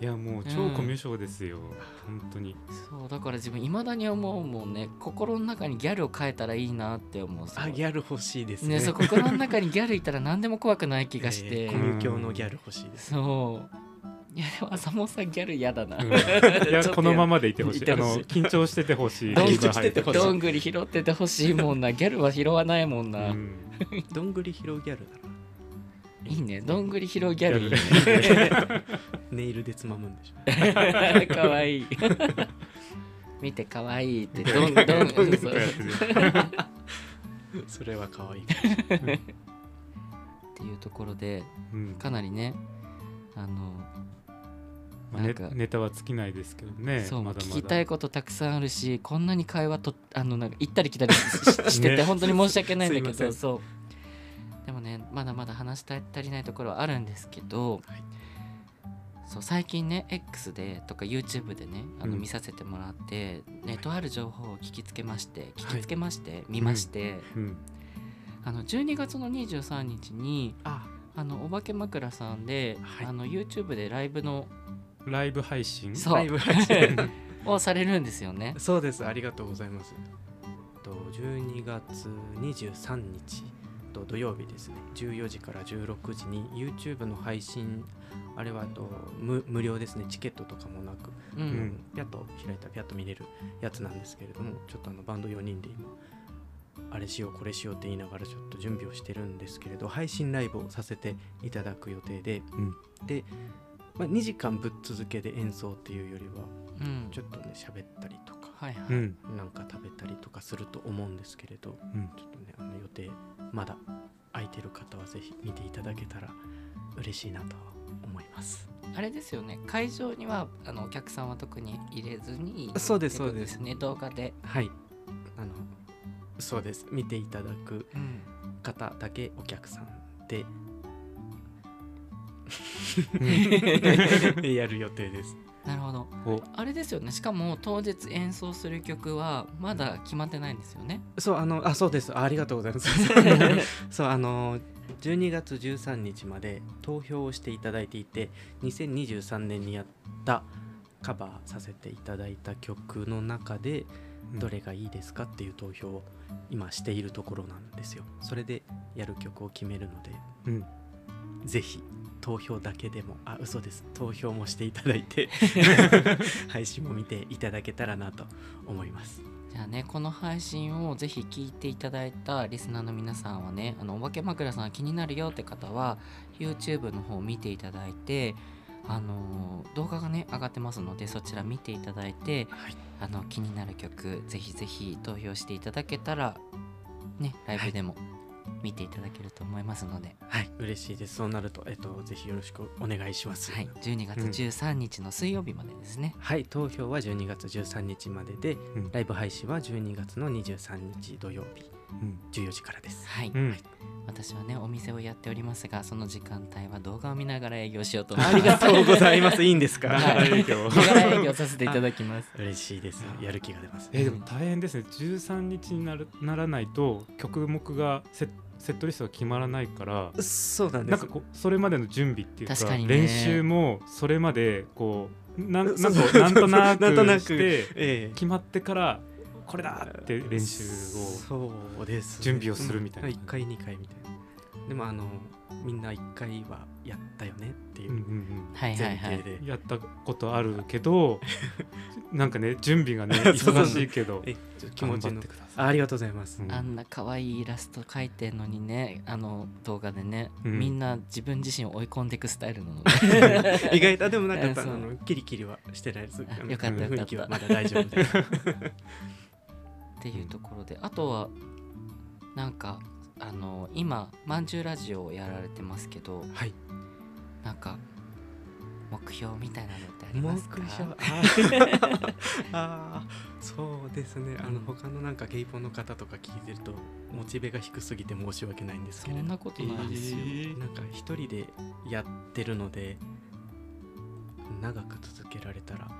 A: いやもう超コミュ障ですよ、本 当に
B: そうだから自分いまだに思うもんね心の中にギャルを変えたらいいなって思う
C: あギャル欲しいです
B: ル
C: ね
B: ねそう心の中にギャルいたら 何でも怖くない気がして、
C: えーコミュ協のギャル欲しい です
B: そういやでも浅本さんギャル嫌だな、
A: うんい
B: ちょ
A: や
B: っと
A: このままでいてほしい
B: いて
A: あ
B: ほしい
A: の緊張しててほしい
B: どん
A: 僕が入
C: 緊張しててほしい
B: どんぐり拾っててほしいもんなギャルは拾わないもんな、
A: うん
C: どんぐり拾うギャルだ ろ
B: いいねどんぐり拾うギャルいい
A: ギ
C: ネイルでつまむんでしょ
B: ね かわいい見てかわいいってどんどん
A: どんぐり
B: そ
A: と
B: う
A: かや
B: っ
A: ってる
C: それは可愛い
B: ていうところで
A: うん
B: かなりねあの
A: まあネ
B: なんか
A: ネタは尽きないですけどね
B: そう、
A: まだまだ
B: 聞きたいことたくさんあるしこんなに会話とあのなんか行ったり来たりししてて、
A: ね
B: 本当に申し訳ないんだけ
C: すいませ
B: ど
C: ん
B: そうでもねまだまだ話したい足りないところはあるんですけど、
C: はい
B: そう最近ね X でとか YouTube でねあの
A: うん
B: 見させてもらって、ネットある情報を聞きつけまして、聞きつけまして、
A: う
B: 見
A: ん
B: まして、
A: うん
B: あの12月の23日に
C: あ
B: あのお化け枕さんで、
C: はい
B: あの YouTube でライブの
A: ライブ配信
B: そう
C: ライブ配信
B: をされるんですよね。
C: そうですありがとうございますえっと12月23日と土曜日ですね14時から16時に YouTube の配信あれはと無無料ですねチケットとかもなく、
B: う
C: うんん、ピャッと開いたらピャッと見れるやつなんですけれどもちょっとあのバンド4人で今あれしようこれしようって言いながらちょっと準備をしてるんですけれど配信ライブをさせていただく予定で、
A: うん
C: で、まあ、2時間ぶっ続けで演奏っていうよりは
B: うん
C: ちょっとね喋ったりとか
B: はいはい、
A: うん
C: なんか食べたりとかすると思うんですけれど
A: うん
C: ちょっとねあの予定まだ空いてる方はぜひ見ていただけたら嬉しいなと思います
B: あれですよね会場にはあのお客さんは特に入れずに
C: そうです
B: ってこと
C: そうです
B: ね動画で、
C: はいあのそうです見ていただく
B: うん、
C: 方だけお客さんで やる予定です
B: なるほど
A: お
B: あれですよねしかも当日演奏する曲はまだ決まってないんですよね、
C: そうあのあそうですあありがとうございます そうあの12月13日まで投票をしていただいていて2023年にやったカバーさせていただいた曲の中でどれがいいですかっていう投票を今しているところなんですよそれでやる曲を決めるので
A: うん
C: ぜひ投票だけでもあ嘘です投票もしていただい て配信も見ていただけたらなと思います
B: じゃあねこの配信をぜひ聞いていただいたリスナーの皆さんはねあのお化け枕さんが気になるよって方は YouTube の方を見ていただいてあのー動画がね上がってますのでそちら見ていただいて、
C: はい
B: あの気になる曲ぜひぜひ投票していただけたらねライブでも見ていただけると思いますので、
C: はい嬉しいですそうなるとえっとぜひよろしくお願いします
B: はい、12月13日の水曜日までですね、
C: はい投票は12月13日までで、
A: うん
C: ライブ配信は12月の23日土曜日
A: うん
C: 14時からです
B: はい、
A: うん
B: 私はねお店をやっておりますがその時間帯は動画を見ながら営業しようと思い
C: あ
B: ます
C: りがとうございますいいんです
A: な
C: か
A: がら営 業
B: ながら営業させていただきます
C: 嬉しいですやる気が出ます
A: えーでも大変ですね13日になるならないと曲目がセセットリストが決まらないから
C: そうなんで
A: なん
C: す
A: かこうそれまでの準備っていうか
B: 確かにね
A: 練習もそれまでこうなんなん
C: そうそう
A: となんとな
C: なんとなく
A: くして
C: ええ
A: 決まってからこれだって練習を
C: そうですね
A: 準備をするみたいな
C: うん一回二回みたいなでもあのみんな一回はやったよねってい
A: うんう
C: うん
B: はいは
C: 前
B: いは
C: 提
B: い
C: で
A: うんやったことあるけどなんかね準備がね
C: そうそう
A: 忙しいけど
C: えちょっと気持ち
A: 頑張っ
C: の
A: てください
C: あありがとうございます
A: うん
B: あんな可愛いイラスト描いてんのにねあの動画でね、
A: うん
B: みんな自分自身を追い込んでいくスタイルなので
C: 意外とあでもなんかやっぱあ
B: うんそう
C: のキリキリはしてないですあの
B: よかったよかっ
C: 雰
B: た
C: 囲気はまだ大丈夫です
B: っていうところであとはなんかあの今まんじゅうラジオをやられてますけど
C: はい
B: なんか目標みたいなのってあり
C: 目
B: ますか
C: 標あーあーそうですねあの
B: うん
C: 他のなんかゲイポンの方とか聞いてるとモチベが低すぎて申し訳ないんです
B: そ
C: けれ
B: ん
C: ど
B: なことないですよ、
A: えー
C: なんか一人でやってるので長く続けられたら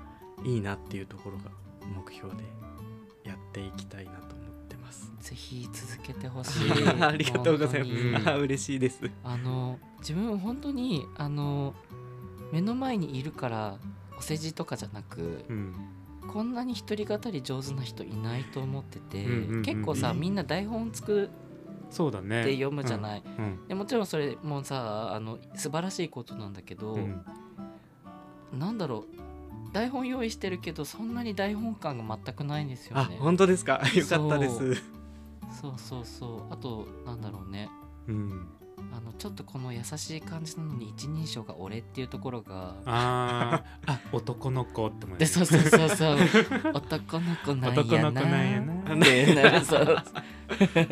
C: いいなっていうところが目標でやっていきたいなと思ってます。
B: ぜひ続けてほしい
C: ありがとうございます。
A: 本当に
C: あー嬉しいです。
B: あの自分本当にあの目の前にいるからお世辞とかじゃなく、
A: うん
B: こんなに一人語り上手な人いないと思ってて、
A: うんうんうん
B: 結構さみんな台本作っ
A: そうだね
B: て読むじゃない、
A: うん
B: でもちろんそれもさあの素晴らしいことなんだけど、
A: うん
B: なんだろう台本用意してるけどそんなに台本感が全くないんですよ
C: あ
B: ね。
C: 本当ですか。よかったです。
B: そう そうそうそうあとなんだろうね
A: うん
B: あのちょっとこの優しい感じなのに一人称が俺っていうところが
A: あーあ男の子って思いま
B: ですそうそうそうそう男の子なんやな
A: 男の子なんやな
B: ってなるそう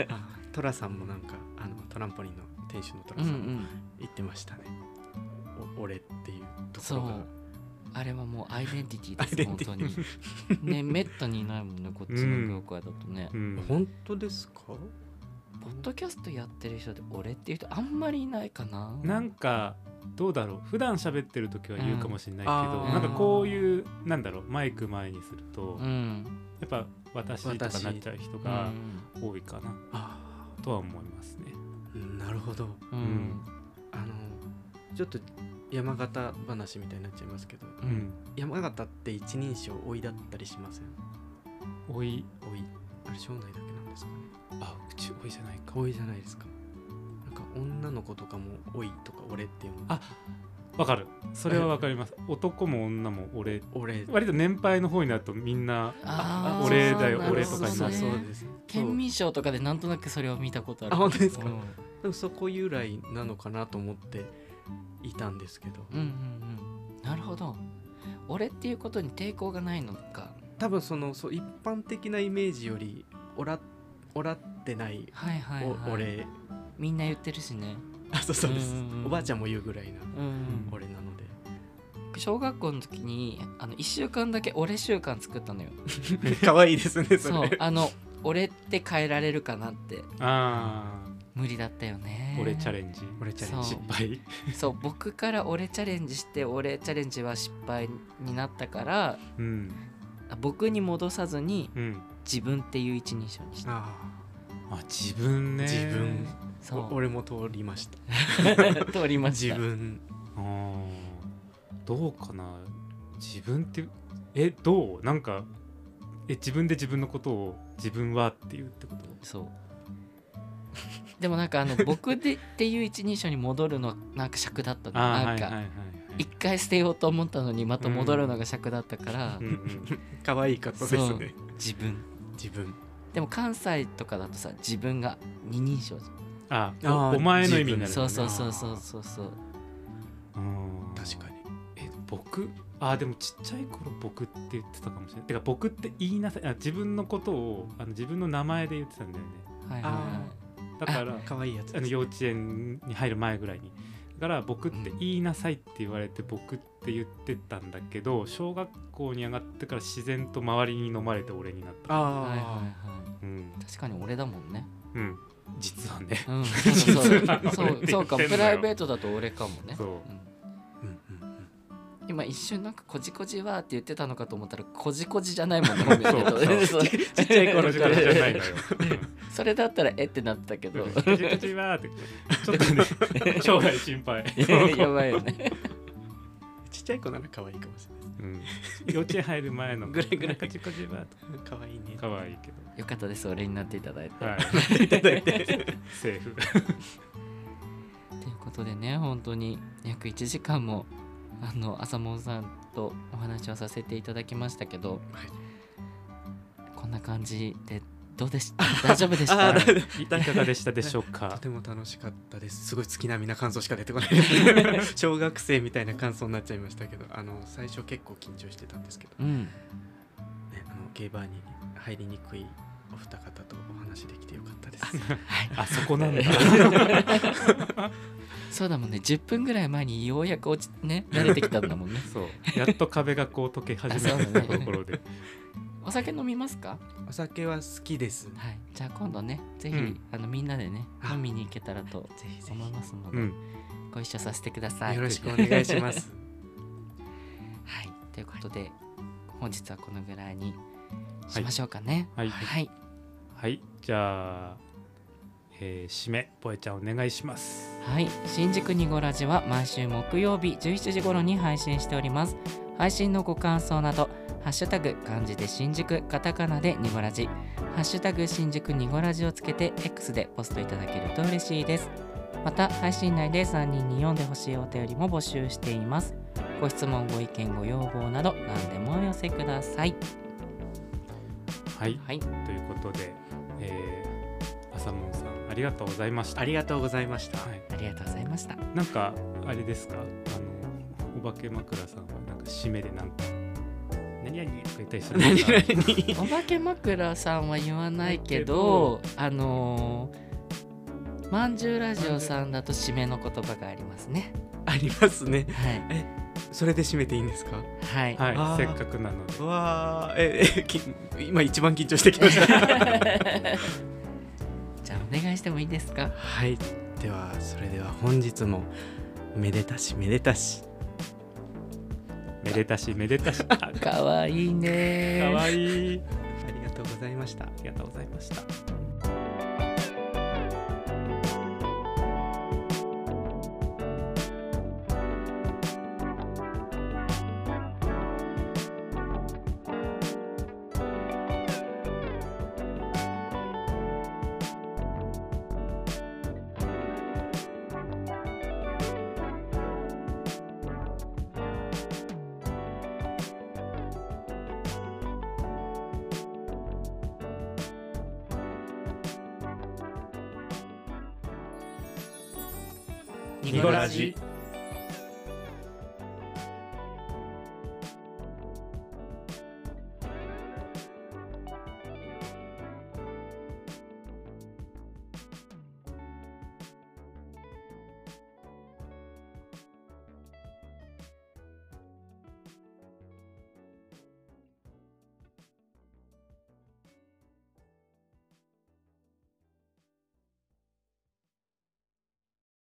C: あトラさんもなんかあのトランポリンの店主のト
B: う
C: ラ
B: んう
C: さん、
B: ん
C: 言ってましたね。お俺っていうところが
B: そうあれはもうアイデンティ ティ
C: アイデ
B: で
C: ン
B: す本
C: ティ
B: 当にねめったにいないもんねこっちの業界だとね、
A: うん
C: 本当ですか？
B: ポッドキャストやってる人で俺っていう人あんまりいないかな
A: なんかどうだろう普段喋ってる時は言うかもしれないけど、
C: うん
A: なんかこういうなんだろうマイク前にすると、
B: う
A: や
B: ん、
A: っぱ私とかなっちゃう人
B: う
A: が
B: ん
A: 多いかな
C: あ
A: とは思いますね。
C: ーなるほど。
B: うん
A: ん
C: あのちょっと山形話みたいになっちゃいますけど、
B: う
A: うんん、
C: 山形って一人称老いだったりしません。
A: おい
C: 老いあれ庄内だっけな。ですかね
A: あうち多いじゃないか
C: 多いじゃないですかなんか女の子とかも「おい」とか「俺」って読む
A: あわかるそれはわかります 男も女も俺
C: 俺
A: 割と年配の方になるとみんな
B: あ
A: ー俺だよ俺とかに
B: な
C: そ
B: る
C: う
B: ほどね
C: そうです
B: 県民賞とかでなんとなくそれを見たことある
C: あ本当ですか
B: うん
C: そうでもそこ由来なのかなと思っていたんですけど
B: うんうんうんなるほど俺っていうことに抵抗がないのか
C: 多分そのそう一般的なイメージより「おら」「おら」ってない
B: は
C: 「
B: いはい、はい、
C: お俺
B: みんな言ってるしね」
C: あそうそうです
B: うんうんうん
C: おばあちゃんも言うぐらいな
B: うん
C: 俺なので
B: 小学校の時にあの1週間だけ俺週間作ったのよ
C: 可愛いですねそ
B: そう
C: れ
B: あの俺って変えられるかなって
A: あ
B: 無理だったよね
A: ー俺チャレンジ
C: 俺チャレンジ
B: そう
A: 失敗
B: そう僕から俺チャレンジして俺チャレンジは失敗になったから
A: うん
B: 僕に戻さずに
A: うん
B: 自分っていう一人称にした
C: あ
A: あ自分ね
C: 自分あ
B: そ
C: お
B: う
C: 俺も通りました
B: 通りまし
C: 自
B: た
C: 分
A: あーどうかな自分ってえどうなんかえ自分で自分のことを自分はっていうってこと
B: そうでもなんかあの僕でっていう一人称に戻るのなんか尺だったの
A: あー
B: なん
A: はい
B: か
A: はいはい
B: 一回捨てようと思ったのにまた戻るのが尺だったから、
A: はい、うんうん、
C: 可愛い方です
B: そう
C: ね
B: 自分
C: 自分
B: でも関西とかだとさ自分が二人称じ
A: あ
C: あー
A: おお前の意味に
B: ゃ
A: なんる
B: そうそうそうそうそうそう
A: うん
C: 確かに
A: え僕あでもちっちゃい頃僕って言ってたかもしれないてか僕って言いなさいあ自分のことをあの自分の名前で言ってたんだよね
B: はいはい
C: あ
B: は
A: だから
C: 可愛いやつ
A: あの
C: です
A: 幼稚園に入る前ぐらいにだから「僕って言いなさい」って言われて「僕」って言ってたんだけど小学校に上がってから自然と周りに飲まれて俺になった
B: いはいはいは
C: あ
B: い
A: うん、
B: 確かに俺だもんね
A: うん、実はね
B: うんそうそう
A: 実は俺
B: そう
A: って言ってんのよ
B: そうかプライベートだと俺かもね
A: そう
B: うん
C: あうんうん
B: 今一瞬なんか「こじこじは」って言ってたのかと思ったら「こじこじじゃないもんね本名だと
A: そう
B: そう
C: ちっちゃい
A: こ
C: 頃か
A: の時
C: ら
A: 間じゃないのよ
B: それだったら「えっ?」てなってたけ ど
A: うん「カチカチは」ってちょっとね将来心配
B: やばいよね
C: ちっちゃい子なら可愛いかもしれない
A: うん、幼稚園入る前の
C: ぐらいぐらい
A: カチカチはとか
C: 可愛いね
A: 可愛いけ
B: よかったです俺になっていただいて、
A: どはい
C: いただい て
A: セーフ
B: ということでね本当に約1時間もあの朝もんさんとお話をさせていただきましたけど、
C: はい
B: こんな感じでどうでした 大丈夫でし
C: あ
B: た
C: ーだ
A: いかがでしたでしょう
C: と
A: か
C: ても楽しかったですすごい月並みな感想しか出て こないです小学生みたいな感想になっちゃいましたけどあの最初結構緊張してたんですけど、
B: うん
C: ね、あのゲイバーに入りにくいお二方とお話できてよかったです
A: あそこなんだ
B: そうだもんね10分ぐらい前にようやく落ち ね慣れてきたんだもんね
A: そうやっと壁がこう溶け始めたところ で
B: お酒飲みますか
C: お酒は好きです
B: はいじゃあ今度ねぜひ、
A: うん
B: あのみんなでね
C: あ
B: 飲みに行けたらと
C: ぜひぜ
B: 思いますの
A: う
B: で、
A: ん
B: ご一緒させてください
C: ひよろしくお願いします
B: はい、ということで、本日はこのぐらいにしましょうかね。
A: はい
B: はい、
A: はいじゃあ、えー、締めぽえちゃんお願いします
B: はい新宿にごラジは毎週木曜日17時頃に配信しております。配信のご感想など、ハッシュタグ漢字で新宿、カタカナでにごラジ、ハッシュタグ新宿にごラジをつけて X でポストいただけると嬉しいです。また配信内で3人に読んでほしいお便りも募集しています。ご質問、ご意見、ご要望など何でもお寄せください。
A: はい
B: はい、
A: ということで、えー、朝もんさんありがとうございまし た
C: ありがとうございました、
A: はい、
B: ありがとうございました。
A: なんかあれですかあのお化け枕さんはなんか締めでなんか何々とか言ったりするんですか
B: お化け枕さんは言わないけど、あのー、まんじゅうラジオさんだと締めの言葉がありますね。
C: ありますね
B: はい。
C: それで締めていいんですか
B: はい。
A: は
C: あ
A: い
C: ー
A: せっかくなので
C: わあええき今一番緊張してきました
B: じゃあお願いしてもいいですか。
C: はいではそれでは本日もめでたしめでたし
A: めでたしめで たしあか
B: かわいいねー。
A: わいい
C: ありがとうございました
A: ありがとうございましたニコラジ